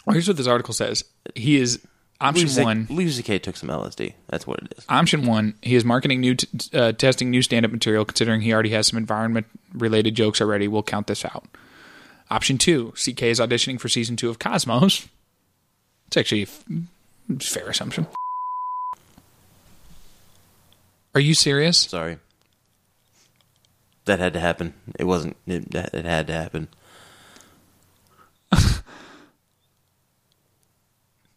A: well, here's what this article says. He is option
B: Louis
A: one.
B: K took some LSD. That's what it is.
A: Option one, he is marketing new, t- uh, testing new stand up material, considering he already has some environment related jokes already. We'll count this out. Option two, CK is auditioning for season two of Cosmos. It's actually a f- fair assumption. Are you serious?
B: Sorry, that had to happen. It wasn't. It, it had to happen.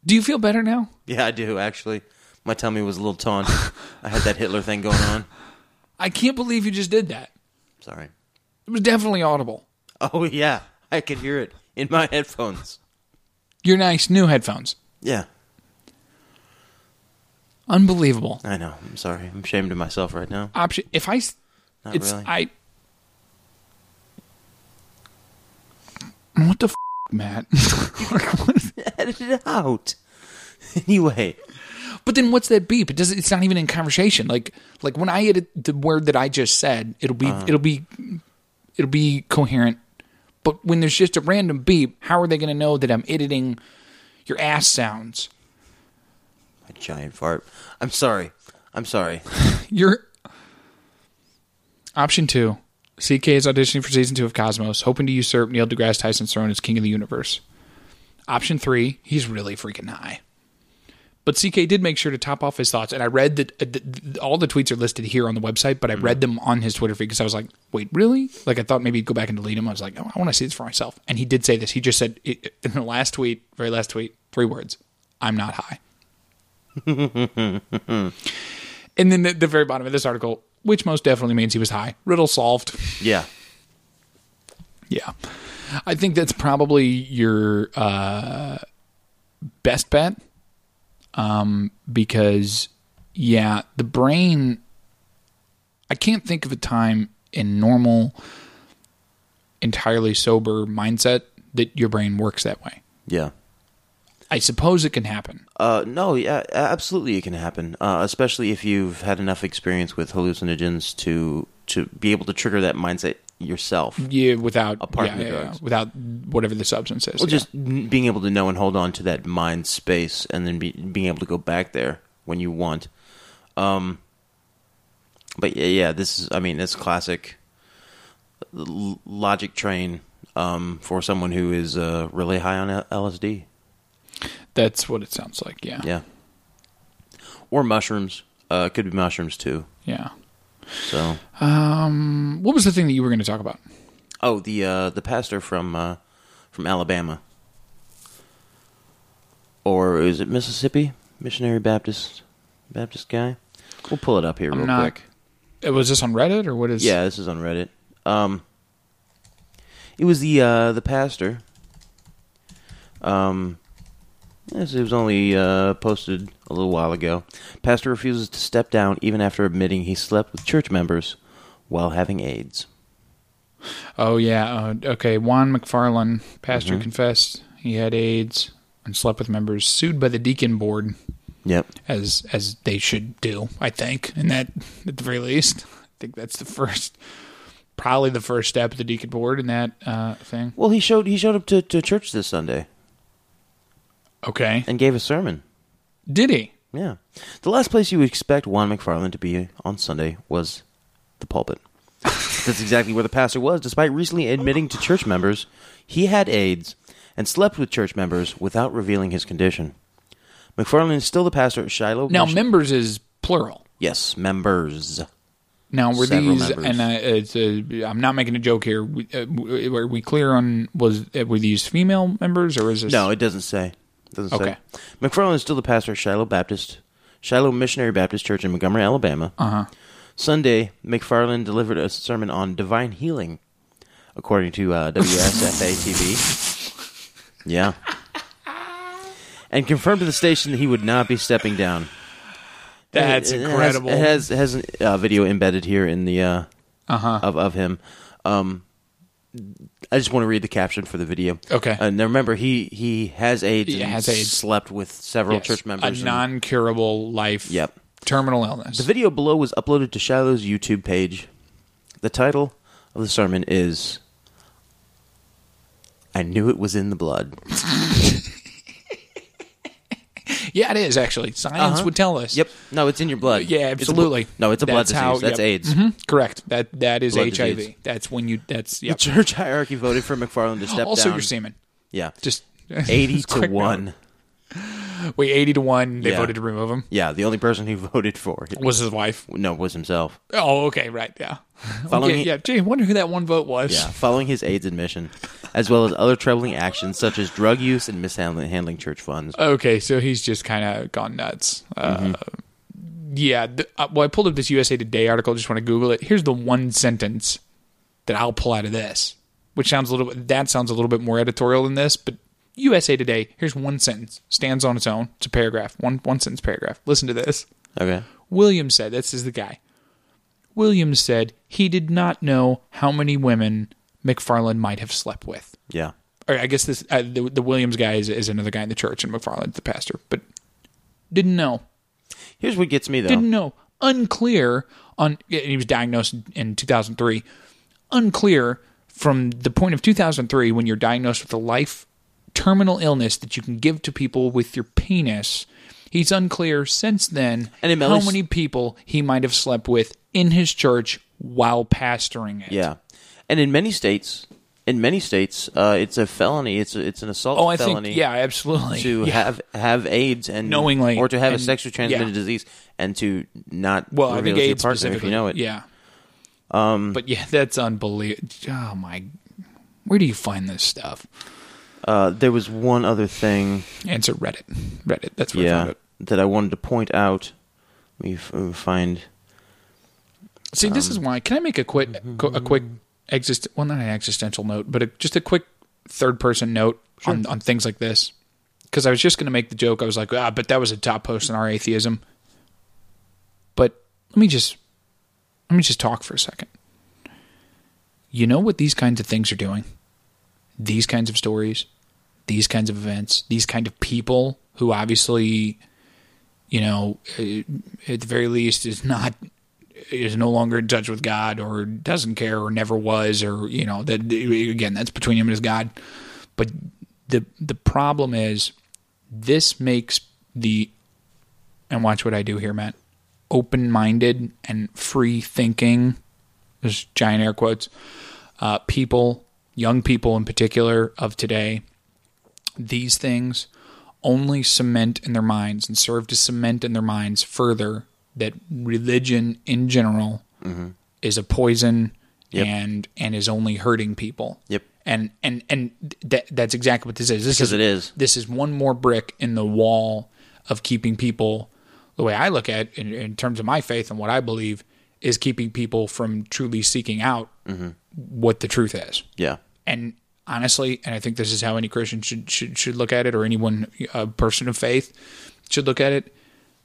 A: Do you feel better now?
B: Yeah, I do actually. My tummy was a little torn. I had that Hitler thing going on.
A: I can't believe you just did that.
B: Sorry.
A: It was definitely audible.
B: Oh yeah, I could hear it in my headphones.
A: Your nice new headphones.
B: Yeah,
A: Unbelievable.
B: I know. I'm sorry. I'm ashamed of myself right now.
A: Option if I s-
B: Not
A: it's
B: really.
A: I What the f- Matt?
B: Edit it out. Anyway,
A: but then what's that beep? It doesn't it's not even in conversation. Like like when I edit the word that I just said, it'll
B: Uh-huh.
A: be it'll be it'll be coherent. But when there's just a random beep, how are they going to know that I'm editing your ass sounds?
B: my giant fart. I'm sorry. I'm sorry.
A: You're option two. CK is auditioning for season two of Cosmos, hoping to usurp Neil deGrasse Tyson's throne as king of the universe. Option three, he's really freaking high. But CK did make sure to top off his thoughts, and I read that uh, th- th- all the tweets are listed here on the website, but I read them on his Twitter feed because I was like, "Wait, really?" Like I thought maybe he'd go back and delete them. I was like, "No, I want to see this for myself." And he did say this. He just said it, in the last tweet, very last tweet, three words: "I'm not high." And then at the very bottom of this article, which most definitely means he was high. Riddle solved.
B: Yeah.
A: Yeah. I think that's probably your uh, best bet um, because, yeah, the brain. I can't think of a time in normal, entirely sober mindset that your brain works that way.
B: Yeah.
A: I suppose it can happen.
B: Uh, no, yeah, a- absolutely, it can happen, uh, especially if you've had enough experience with hallucinogens to to be able to trigger that mindset yourself.
A: Yeah, without
B: Apart from
A: yeah,
B: the
A: yeah, yeah,
B: drugs.
A: without whatever the substance is.
B: Well,
A: yeah.
B: just n- being able to know and hold on to that mind space, and then be, being able to go back there when you want. Um, but yeah, yeah, this is. I mean, it's classic l- logic train um, for someone who is uh, really high on L- LSD.
A: that's what it sounds like. Yeah.
B: Yeah, or mushrooms. Uh, it could be mushrooms too.
A: Yeah.
B: So,
A: What was the thing that you were going to talk about?
B: oh, the uh, the pastor from uh, from Alabama, or is it Mississippi missionary Baptist Baptist guy? We'll pull it up here real
A: not-
B: quick.
A: Uh, Was this on Reddit or what is?
B: Yeah, this is on Reddit. Um, it was the uh, the pastor. Um, yes, it was only uh, posted a little while ago. Pastor refuses to step down even after admitting he slept with church members while having AIDS.
A: Oh yeah. Uh, okay. Juan McFarlane, pastor,
B: Uh-huh.
A: confessed he had AIDS and slept with members sued by the deacon board,
B: Yep.
A: as as they should do, I think. And that, at the very least, I think that's the first, probably the first step of the deacon board in that uh, thing.
B: Well, he showed he showed up to, to church this Sunday
A: Okay.
B: and gave a sermon.
A: Did he?
B: Yeah, the last place you would expect Juan McFarland to be on Sunday was the pulpit. That's exactly where the pastor was, despite recently admitting to church members he had AIDS and slept with church members without revealing his condition. McFarland is still the pastor at Shiloh.
A: Now
B: Mission-
A: members is plural.
B: yes, members.
A: Now were
B: Several
A: these,
B: members.
A: and I, it's uh, I'm not making a joke here. We, uh, w- were we clear on was uh, were these female members or is this
B: No, it doesn't say. Doesn't
A: Okay.
B: say. McFarland is still the pastor at Shiloh Baptist, Shiloh Missionary Baptist Church in Montgomery, Alabama. Uh huh.
A: Uh-huh.
B: Sunday, McFarland delivered a sermon on divine healing, according to uh, WSFA TV. Yeah. And confirmed to the station that he would not be stepping down.
A: That's
B: It- it has-
A: incredible.
B: It has, it has, a uh, video embedded here in the uh,
A: Uh-huh.
B: of of him. Um, I just want to read the caption for the video.
A: Okay.
B: And now remember, he he has AIDS.
A: He
B: and
A: has AIDS.
B: Slept with several
A: Yes.
B: church members.
A: A
B: and-
A: non curable life.
B: Yep.
A: Terminal illness.
B: the video below was uploaded to Shadow's YouTube page. The title of the sermon is "I knew it was in the blood."
A: yeah, it is actually. Science
B: Uh-huh.
A: would tell us.
B: Yep. No, it's in your blood.
A: Yeah,
B: It's a bl-
A: absolutely.
B: no, it's a blood
A: That's
B: disease.
A: how-
B: That's
A: yep.
B: AIDS.
A: Mhm. Correct. That that is
B: Blood
A: HIV.
B: disease.
A: That's when you. That's
B: The
A: yep.
B: church hierarchy voted for McFarland to step
A: Also,
B: down.
A: your semen.
B: Yeah.
A: Just
B: 80
A: quick
B: to
A: note.
B: 1.
A: Wait, eighty to one. They
B: Yeah.
A: voted to remove him.
B: Yeah, the only person who voted for it
A: Was his wife?
B: no was himself.
A: Oh, okay, right. Yeah.
B: Following
A: Okay,
B: it-
A: yeah. Gee, I wonder who that one vote was.
B: Yeah, following his AIDS admission, as well as other troubling actions such as drug use and mishandling handling church funds.
A: Okay, so he's just kind of gone nuts. Uh, Yeah. th- uh, well, I pulled up this USA Today article. Just want to Google it. Here's the one sentence that I'll pull out of this, which sounds a little bit. That sounds a little bit more editorial than this, but USA Today. Here's one sentence. Stands on its own. It's a paragraph. One one sentence paragraph. Listen to this.
B: Okay.
A: Williams said, this is the guy. Williams said he did not know how many women McFarland might have slept with.
B: Yeah.
A: Or I guess this uh, the, the Williams guy is, is another guy in the church, and McFarland's the pastor, but didn't know.
B: Here's what gets me though.
A: Didn't know. Unclear on. yeah, He was diagnosed in 2003. Unclear from the point of 2003 when you're diagnosed with a life terminal illness that you can give to people with your penis. He's unclear since then
B: And it
A: how
B: mostly-
A: many people he might have slept with in his church while pastoring it.
B: Yeah. And in many states, in many states, uh, it's a felony. It's a, it's an assault
A: Oh, I
B: felony.
A: think yeah, absolutely.
B: To
A: Yeah.
B: have have AIDS and
A: Knowingly,
B: or to have
A: and-
B: a sexually transmitted
A: yeah.
B: disease and to not
A: well, I
B: reveal
A: think
B: to your
A: AIDS
B: partner if
A: specifically.
B: you know it.
A: Yeah. Um, but yeah, that's unbelievable. Oh my, where do you find this stuff?
B: Uh, there was one other thing.
A: Answer Reddit. Reddit. That's where I
B: yeah,
A: found it.
B: that I wanted to point out. Let me f- uh, find.
A: See, this is why. Can I make a quick, co- a quick exist? Well, not an existential note, but a, just a quick third-person note on, on things like this. Because I was just going to make the joke. I was like, ah, but that was a top post in our atheism. But let me just, let me just talk for a second. You know what these kinds of things are doing? These kinds of stories, these kinds of events, these kind of people who obviously, you know, eh, at the very least, is not is no longer in touch with God or doesn't care or never was or you know that again that's between him and his God. But the the problem is this makes the and watch what I do here, Matt. Open minded and free thinking, there's giant air quotes, uh, people, young people in particular of today, these things only cement in their minds and serve to cement in their minds further that religion in general is a poison
B: Mm-hmm. Yep.
A: and and is only hurting people.
B: Yep.
A: And and and that that's exactly what this is. This
B: Because
A: is
B: it is.
A: This is one more brick in the wall of keeping people. The way I look at, it, in, in terms of my faith and what I believe, is keeping people from truly seeking out
B: Mm-hmm.
A: what the truth is
B: Yeah,
A: and honestly, and I think this is how any Christian should should, should look at it, or anyone a person of faith should look at it.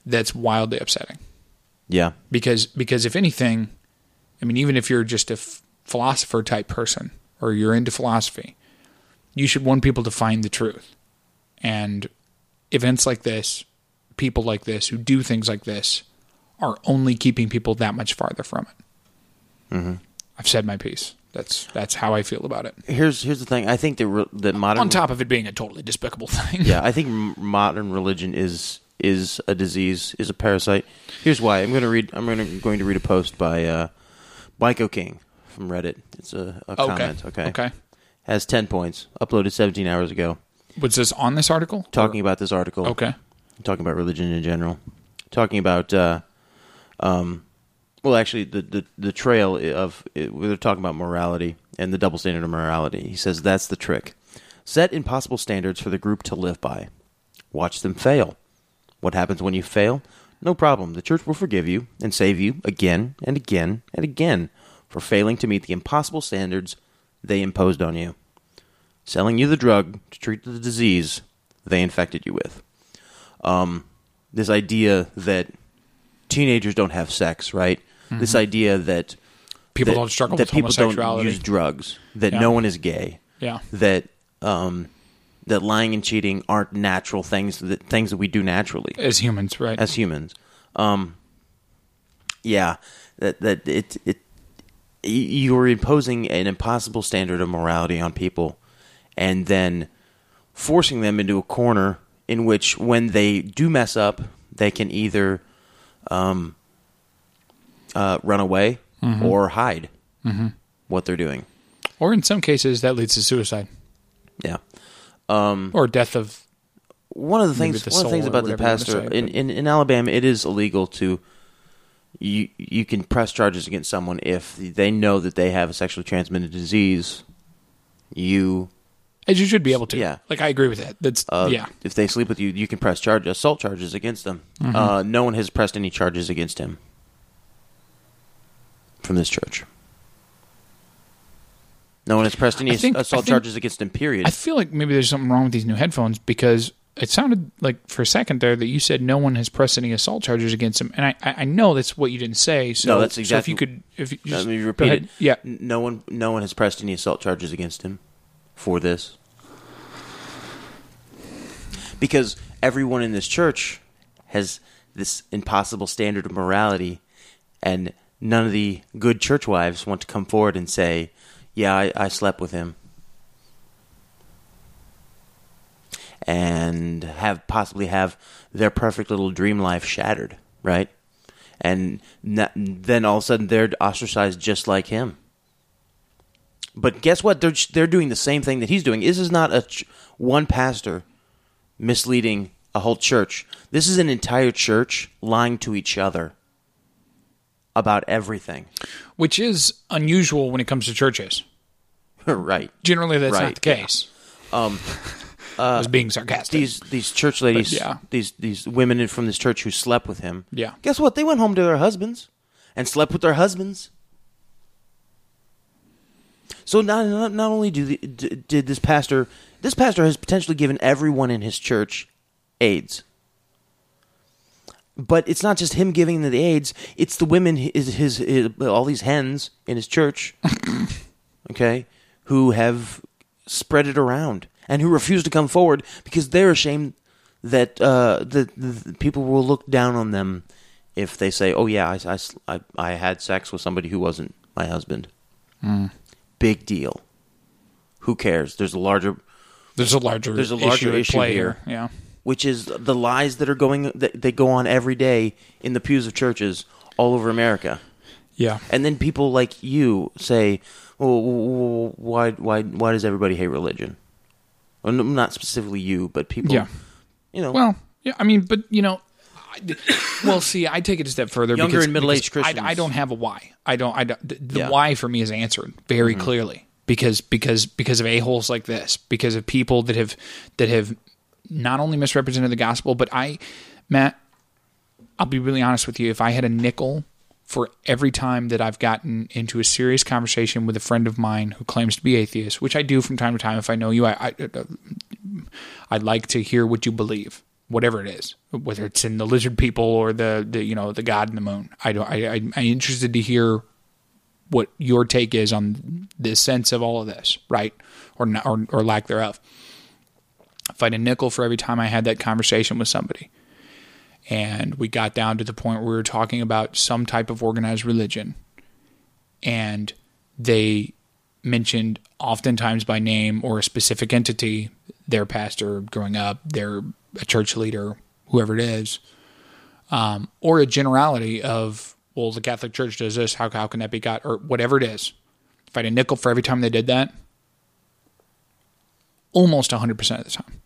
A: That's wildly upsetting
B: yeah,
A: because because if anything, I mean, even if you're just a f- philosopher type person or you're into philosophy, you should want people to find the truth. And events like this, people like this who do things like this, are only keeping people that much farther from it. Mm-hmm. I've said my piece. That's that's how I feel about it
B: Here's here's the thing. I think that re- that modern
A: on top of it being a totally despicable thing.
B: Yeah, I think m- modern religion is is a disease, is a parasite. Here's why. I'm going to read. I'm gonna, going to read a post by uh, Blanco King from Reddit. It's a, a comment. Okay.
A: Okay.
B: Has ten points. Uploaded 17 hours ago.
A: Was this on this article?
B: Talking about this article.
A: Okay.
B: Talking about religion in general. Talking about. Uh, um, well, actually, the, the, the trail of it, they're talking about morality and the double standard of morality. He says that's the trick. Set impossible standards for the group to live by. Watch them fail. What happens when you fail? No problem. The church will forgive you and save you again and again and again for failing to meet the impossible standards they imposed on you. Selling you the drug to treat the disease they infected you with. Um, this idea that teenagers don't have sex, right? This idea that
A: Mm-hmm. people
B: that-
A: don't struggle
B: that
A: with
B: people don't
A: homosexuality.
B: use drugs, that
A: Yeah.
B: no one is gay,
A: yeah,
B: that um, that lying and cheating aren't natural things that things that we do naturally
A: as humans, right?
B: as humans. Um, yeah, that that it it y- you are imposing an impossible standard of morality on people, and then forcing them into a corner in which, when they do mess up, they can either um, uh, run away or hide what they're doing.
A: or in some cases, that leads to suicide
B: Yeah.
A: or death of.
B: one of the
A: Maybe
B: things
A: the
B: one of the
A: soul
B: things
A: or
B: about the
A: whatever you wanna
B: pastor
A: say,
B: in,
A: but-
B: in, in Alabama it is illegal to you you can press charges against someone if they know that they have a sexually transmitted disease. You
A: As you should be able to.
B: Yeah.
A: Like I agree with that. That's
B: uh,
A: yeah.
B: if they sleep with you, you can press charge assault charges against them.
A: Mm-hmm.
B: Uh, no one has pressed any charges against him from this church. No one has pressed any
A: I think-
B: assault
A: I think-
B: charges against him. Period.
A: I feel like maybe there's something wrong with these new headphones because it sounded like for a second there that you said no one has pressed any assault charges against him, and I, I I know that's what you didn't say. So
B: No, that's
A: So if
B: exactly-
A: you could, if you just
B: Let me
A: go
B: repeat
A: ahead.
B: it.
A: Yeah,
B: N- No one, no one has pressed any assault charges against him for this, because everyone in this church has this impossible standard of morality, and none of the good church wives want to come forward and say, "Yeah, I, I slept with him," and have possibly have their perfect little dream life shattered, right? and na- then all of a sudden they're ostracized just like him. But guess what? They're they're doing the same thing that he's doing. This is not a ch- one pastor misleading a whole church. This is an entire church lying to each other about everything.
A: which is unusual when it comes to churches.
B: right.
A: Generally, that's not
B: Right, Uh,
A: the case. Um, I was being sarcastic.
B: These these church ladies,
A: But, yeah.
B: these these women in- from this church who slept with him.
A: Yeah.
B: Guess what? They went home to their husbands and slept with their husbands. So not not, not only do the, d- did this pastor this pastor has potentially given everyone in his church AIDS. But it's not just him giving the AIDS; it's the women, his, his, his all these hens in his church, okay, who have spread it around and who refuse to come forward because they're ashamed that uh, the, the people will look down on them if they say, "Oh yeah, I, I s- I- I had sex with somebody who wasn't my husband." Big deal. Who cares? There's a larger,
A: there's a larger
B: There's a larger
A: at
B: issue
A: play
B: here.
A: Yeah,
B: which is the lies that are going that they go on every day in the pews of churches all over America.
A: yeah.
B: And then people like you say, "Well, w- w- why, why, why does everybody hate religion?" Well, n- not specifically you, but people.
A: Yeah.
B: You know,
A: Well, yeah, I mean, but you know, I, well, see, I take it a step further.
B: Younger
A: because,
B: and middle-aged
A: because I-
B: Christians.
A: I, don't have a why. I don't. I don't. The, the
B: Yeah.
A: why for me is answered very
B: Mm-hmm.
A: clearly because because because of a holes like this, because of people that have that have not only misrepresented the gospel, but I, Matt, I'll be really honest with you. If I had a nickel for every time that I've gotten into a serious conversation with a friend of mine who claims to be atheist, which I do from time to time, if I know you, I, I I'd like to hear what you believe, whatever it is, whether it's in the lizard people or the, the you know the God in the moon. I don't. I, I I'm interested to hear what your take is on the sense of all of this, right, or not, or, or lack thereof. If I had a nickel for every time I had that conversation with somebody, and we got down to the point where we were talking about some type of organized religion, and they mentioned oftentimes by name or a specific entity, their pastor growing up, their a church leader, whoever it is, um, or a generality of well, the Catholic Church does this. How how can that be God or whatever it is? If I had a nickel for every time they did that, almost hundred percent of the time,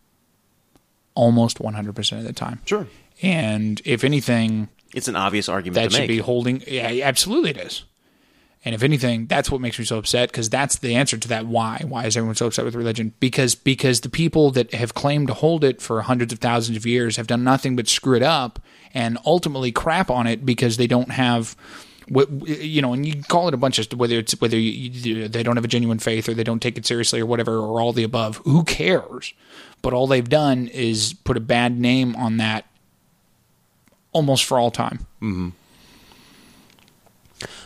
A: almost one hundred percent of the time,
B: Sure.
A: And if anything,
B: It's an obvious argument
A: that
B: to
A: should
B: make.
A: be holding. Yeah, yeah, absolutely, it is. And if anything, that's what makes me so upset because that's the answer to that why. Why is everyone so upset with religion? Because because the people that have claimed to hold it for hundreds of thousands of years have done nothing but screw it up and ultimately crap on it because they don't have. what- You know, and you can call it a bunch of whether it's whether you, you, they don't have a genuine faith or they don't take it seriously or whatever or all the above. Who cares? But all they've done is put a bad name on that almost for all time.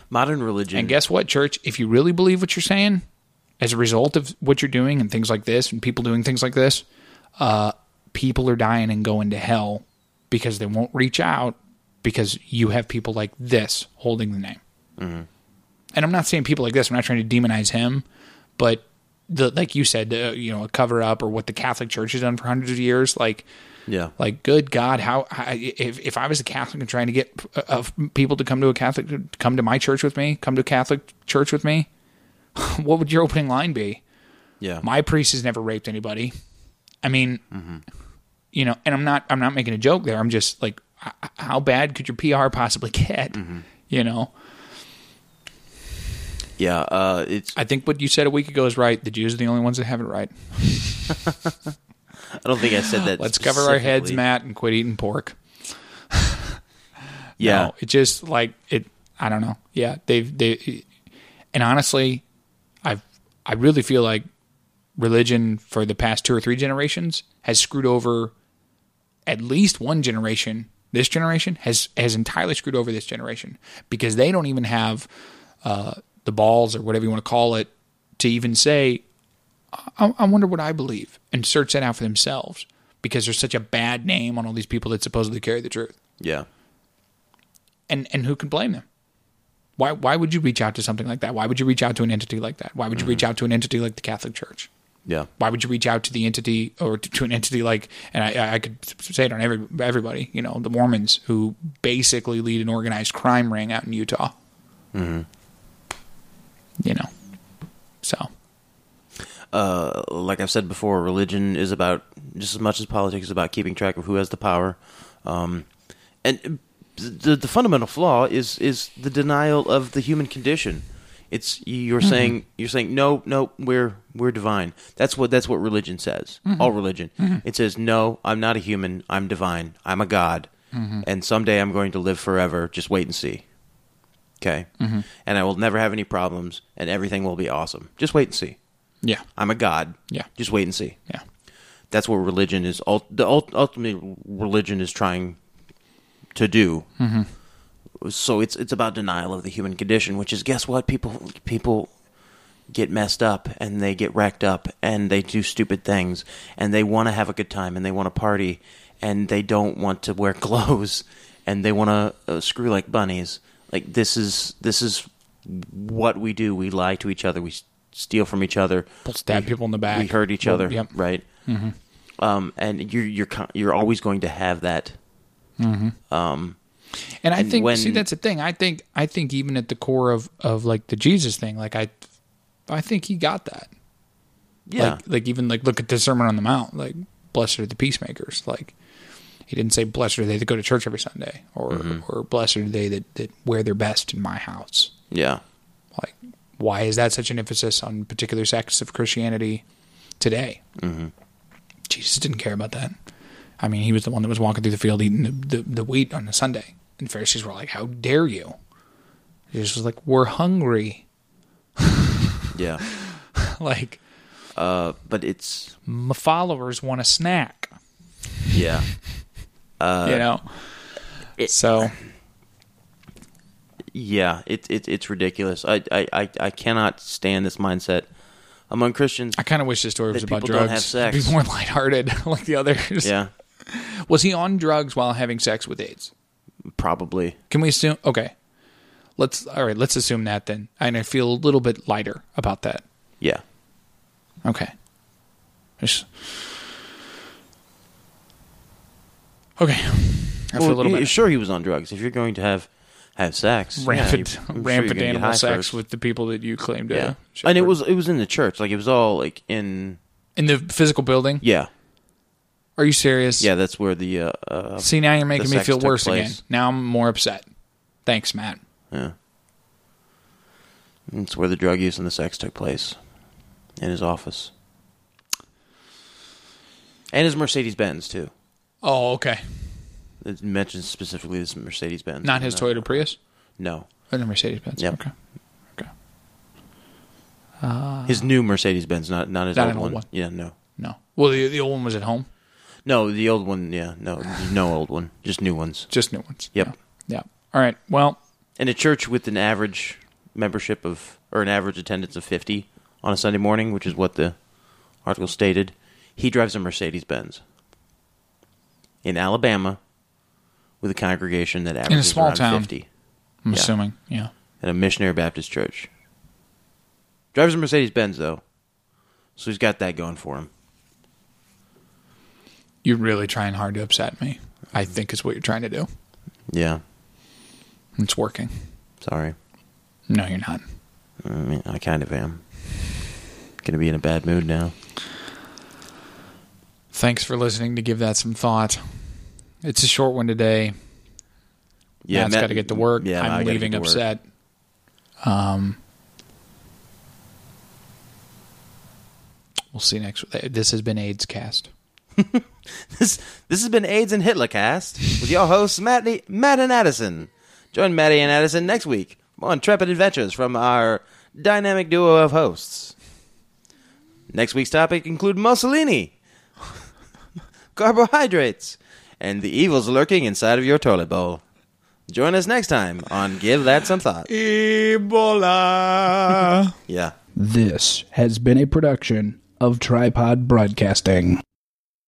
B: Modern religion.
A: And guess what, church? If you really believe what you're saying, as a result of what you're doing and things like this, and people doing things like this, uh, people are dying and going to hell because they won't reach out because you have people like this holding the name. And I'm not saying people like this. I'm not trying to demonize him, but the like you said, the, you know, a cover up or what the Catholic Church has done for hundreds of years, like
B: yeah.
A: like good god how, how if, if i was a catholic and trying to get uh, uh, people to come to a catholic to come to my church with me come to a catholic church with me what would your opening line be
B: yeah.
A: my priest has never raped anybody i mean you know and i'm not i'm not making a joke there i'm just like h- h- how bad could your pr possibly get you know
B: yeah. Uh, it's.
A: i think what you said a week ago is right the jews are the only ones that have it right
B: I don't think I said that.
A: let's cover our heads
B: specifically.
A: matt and quit eating pork
B: Yeah.
A: No, it just like it. I don't know. Yeah, they've they, and honestly, I've I really feel like religion for the past two or three generations has screwed over at least one generation. This generation has has entirely screwed over this generation because they don't even have uh, the balls or whatever you want to call it to even say, I, I wonder what I believe and search that out for themselves because there's such a bad name on all these people that supposedly carry the truth
B: Yeah.
A: and and who can blame them? Why why would you reach out to something like that? Why would you reach out to an entity like that? Why would you reach
B: Mm-hmm.
A: out to an entity like the Catholic Church?
B: Yeah.
A: Why would you reach out to the entity or to, to an entity like? And I, I could say it on every everybody. You know, the Mormons who basically lead an organized crime ring out in Utah. Mm-hmm. You know, so
B: uh, like I've said before, religion is about just as much as politics is about keeping track of who has the power. Um, and the, the fundamental flaw is is the denial of the human condition. It's you're saying you're saying no, no, we're we're divine. That's what that's what religion says. All religion. It says no, I'm not a human. I'm divine. I'm a god. And someday I'm going to live forever. Just wait and see. Okay. And I will never have any problems, and everything will be awesome. Just wait and see.
A: yeah,
B: I'm a god.
A: Yeah.
B: Just wait and see.
A: yeah,
B: That's what religion is. ul- The ul- ultimate religion is trying to do.
A: Mm-hmm.
B: So it's it's about denial of the human condition, which is guess what people people get messed up and they get racked up and they do stupid things and they want to have a good time and they want to party and they don't want to wear clothes and they want to uh, screw like bunnies. Like this is this is what we do. We lie to each other. We s- steal from each other.
A: stab
B: We-
A: people in the back.
B: We hurt each other.
A: Yep. Mm-hmm.
B: Right. Um, and you're you're con- you're always going to have that.
A: And I
B: And
A: think
B: when-
A: see that's the thing. I think I think even at the core of of like the Jesus thing, like I I think he got that.
B: Yeah.
A: Like, like even like look at the Sermon on the Mount. Like blessed are the peacemakers. Like he didn't say blessed are they that go to church every Sunday, or or blessed are they that that wear their best in my house.
B: yeah.
A: Like why is that such an emphasis on particular sects of Christianity today? Mm-hmm. Jesus didn't care about that. I mean, he was the one that was walking through the field eating the, the, the wheat on a Sunday, and Pharisees were like, "How dare you?" Jesus was like, "We're hungry."
B: Yeah.
A: like
B: Uh, but it's
A: my followers want a snack.
B: yeah.
A: you know. so
B: Yeah, it, it it's ridiculous. I, I, I, I cannot stand this mindset among Christians.
A: I kind of wish this story was
B: That
A: about
B: people don't
A: drugs.
B: have sex.
A: Be more lighthearted like the others.
B: Yeah,
A: Was he on drugs while having sex with AIDS?
B: probably.
A: Can we assume? Okay. Let's all right. Let's assume that then, and I feel a little bit lighter about that.
B: Yeah,
A: Okay. Just- Okay. I feel a little bit
B: Sure, he was on drugs. If you're going to have have sex, yeah,
A: rampant,
B: you- I'm sure you're
A: rampant
B: gonna get
A: animal
B: high
A: sex
B: first.
A: with uh, the people that you claim to.
B: yeah, and it
A: shepherd.
B: was it was in the church. Like it was all like in
A: in the physical building.
B: yeah
A: Are you serious?
B: yeah. That's where the uh, uh
A: See, now you're making
B: The
A: me
B: sex
A: feel
B: took
A: worse
B: place.
A: again. Now I'm more upset. Thanks, Matt.
B: it's where the drug use and the sex took place in his office and his Mercedes Benz too.
A: Oh, okay.
B: It mentions specifically this Mercedes Benz.
A: Not his Toyota Prius.
B: No,
A: Or the Mercedes Benz.
B: Yep.
A: Okay. Okay.
B: His new Mercedes Benz, not not his
A: Ah. Not
B: old,
A: an old
B: one.
A: one.
B: Yeah, no,
A: No. Well, the, the old one was at home.
B: no, the old one. Yeah, no, no old one, just new ones.
A: Just new ones.
B: Yep.
A: Yeah. Yeah. All right. Well,
B: and a church with an average membership of or an average attendance of 50 on a Sunday morning, which is what the article stated, he drives a Mercedes Benz in Alabama with a congregation that averages
A: small
B: around
A: town.
B: 50
A: I'm
B: Yeah.
A: assuming. Yeah.
B: at a missionary Baptist church. Drives a Mercedes Benz though, so he's got that going for him.
A: You're really trying hard to upset me. I
B: Mm-hmm.
A: think is what you're trying to do.
B: Yeah,
A: It's working.
B: sorry.
A: No, you're not.
B: I mean, I kind of am. Gonna be in a bad mood now.
A: Thanks for listening to Give That Some Thought. It's a short one today.
B: Yeah,
A: Matt's
B: Matt-
A: got to get to work.
B: Yeah, I
A: I'm
B: gotta get
A: leaving
B: to work.
A: upset. Um, we'll see you next week. This has been AIDS Cast.
B: This this has been AIDS and Hitlercast with your hosts Matt Matt and Addison. Join Matty and Addison next week on Trepid Adventures from our dynamic duo of hosts. Next week's topic include Mussolini, carbohydrates, and the evils lurking inside of your toilet bowl. Join us next time on Give That Some Thought.
A: Ebola.
B: Yeah.
C: This has been a production of Tripod Broadcasting.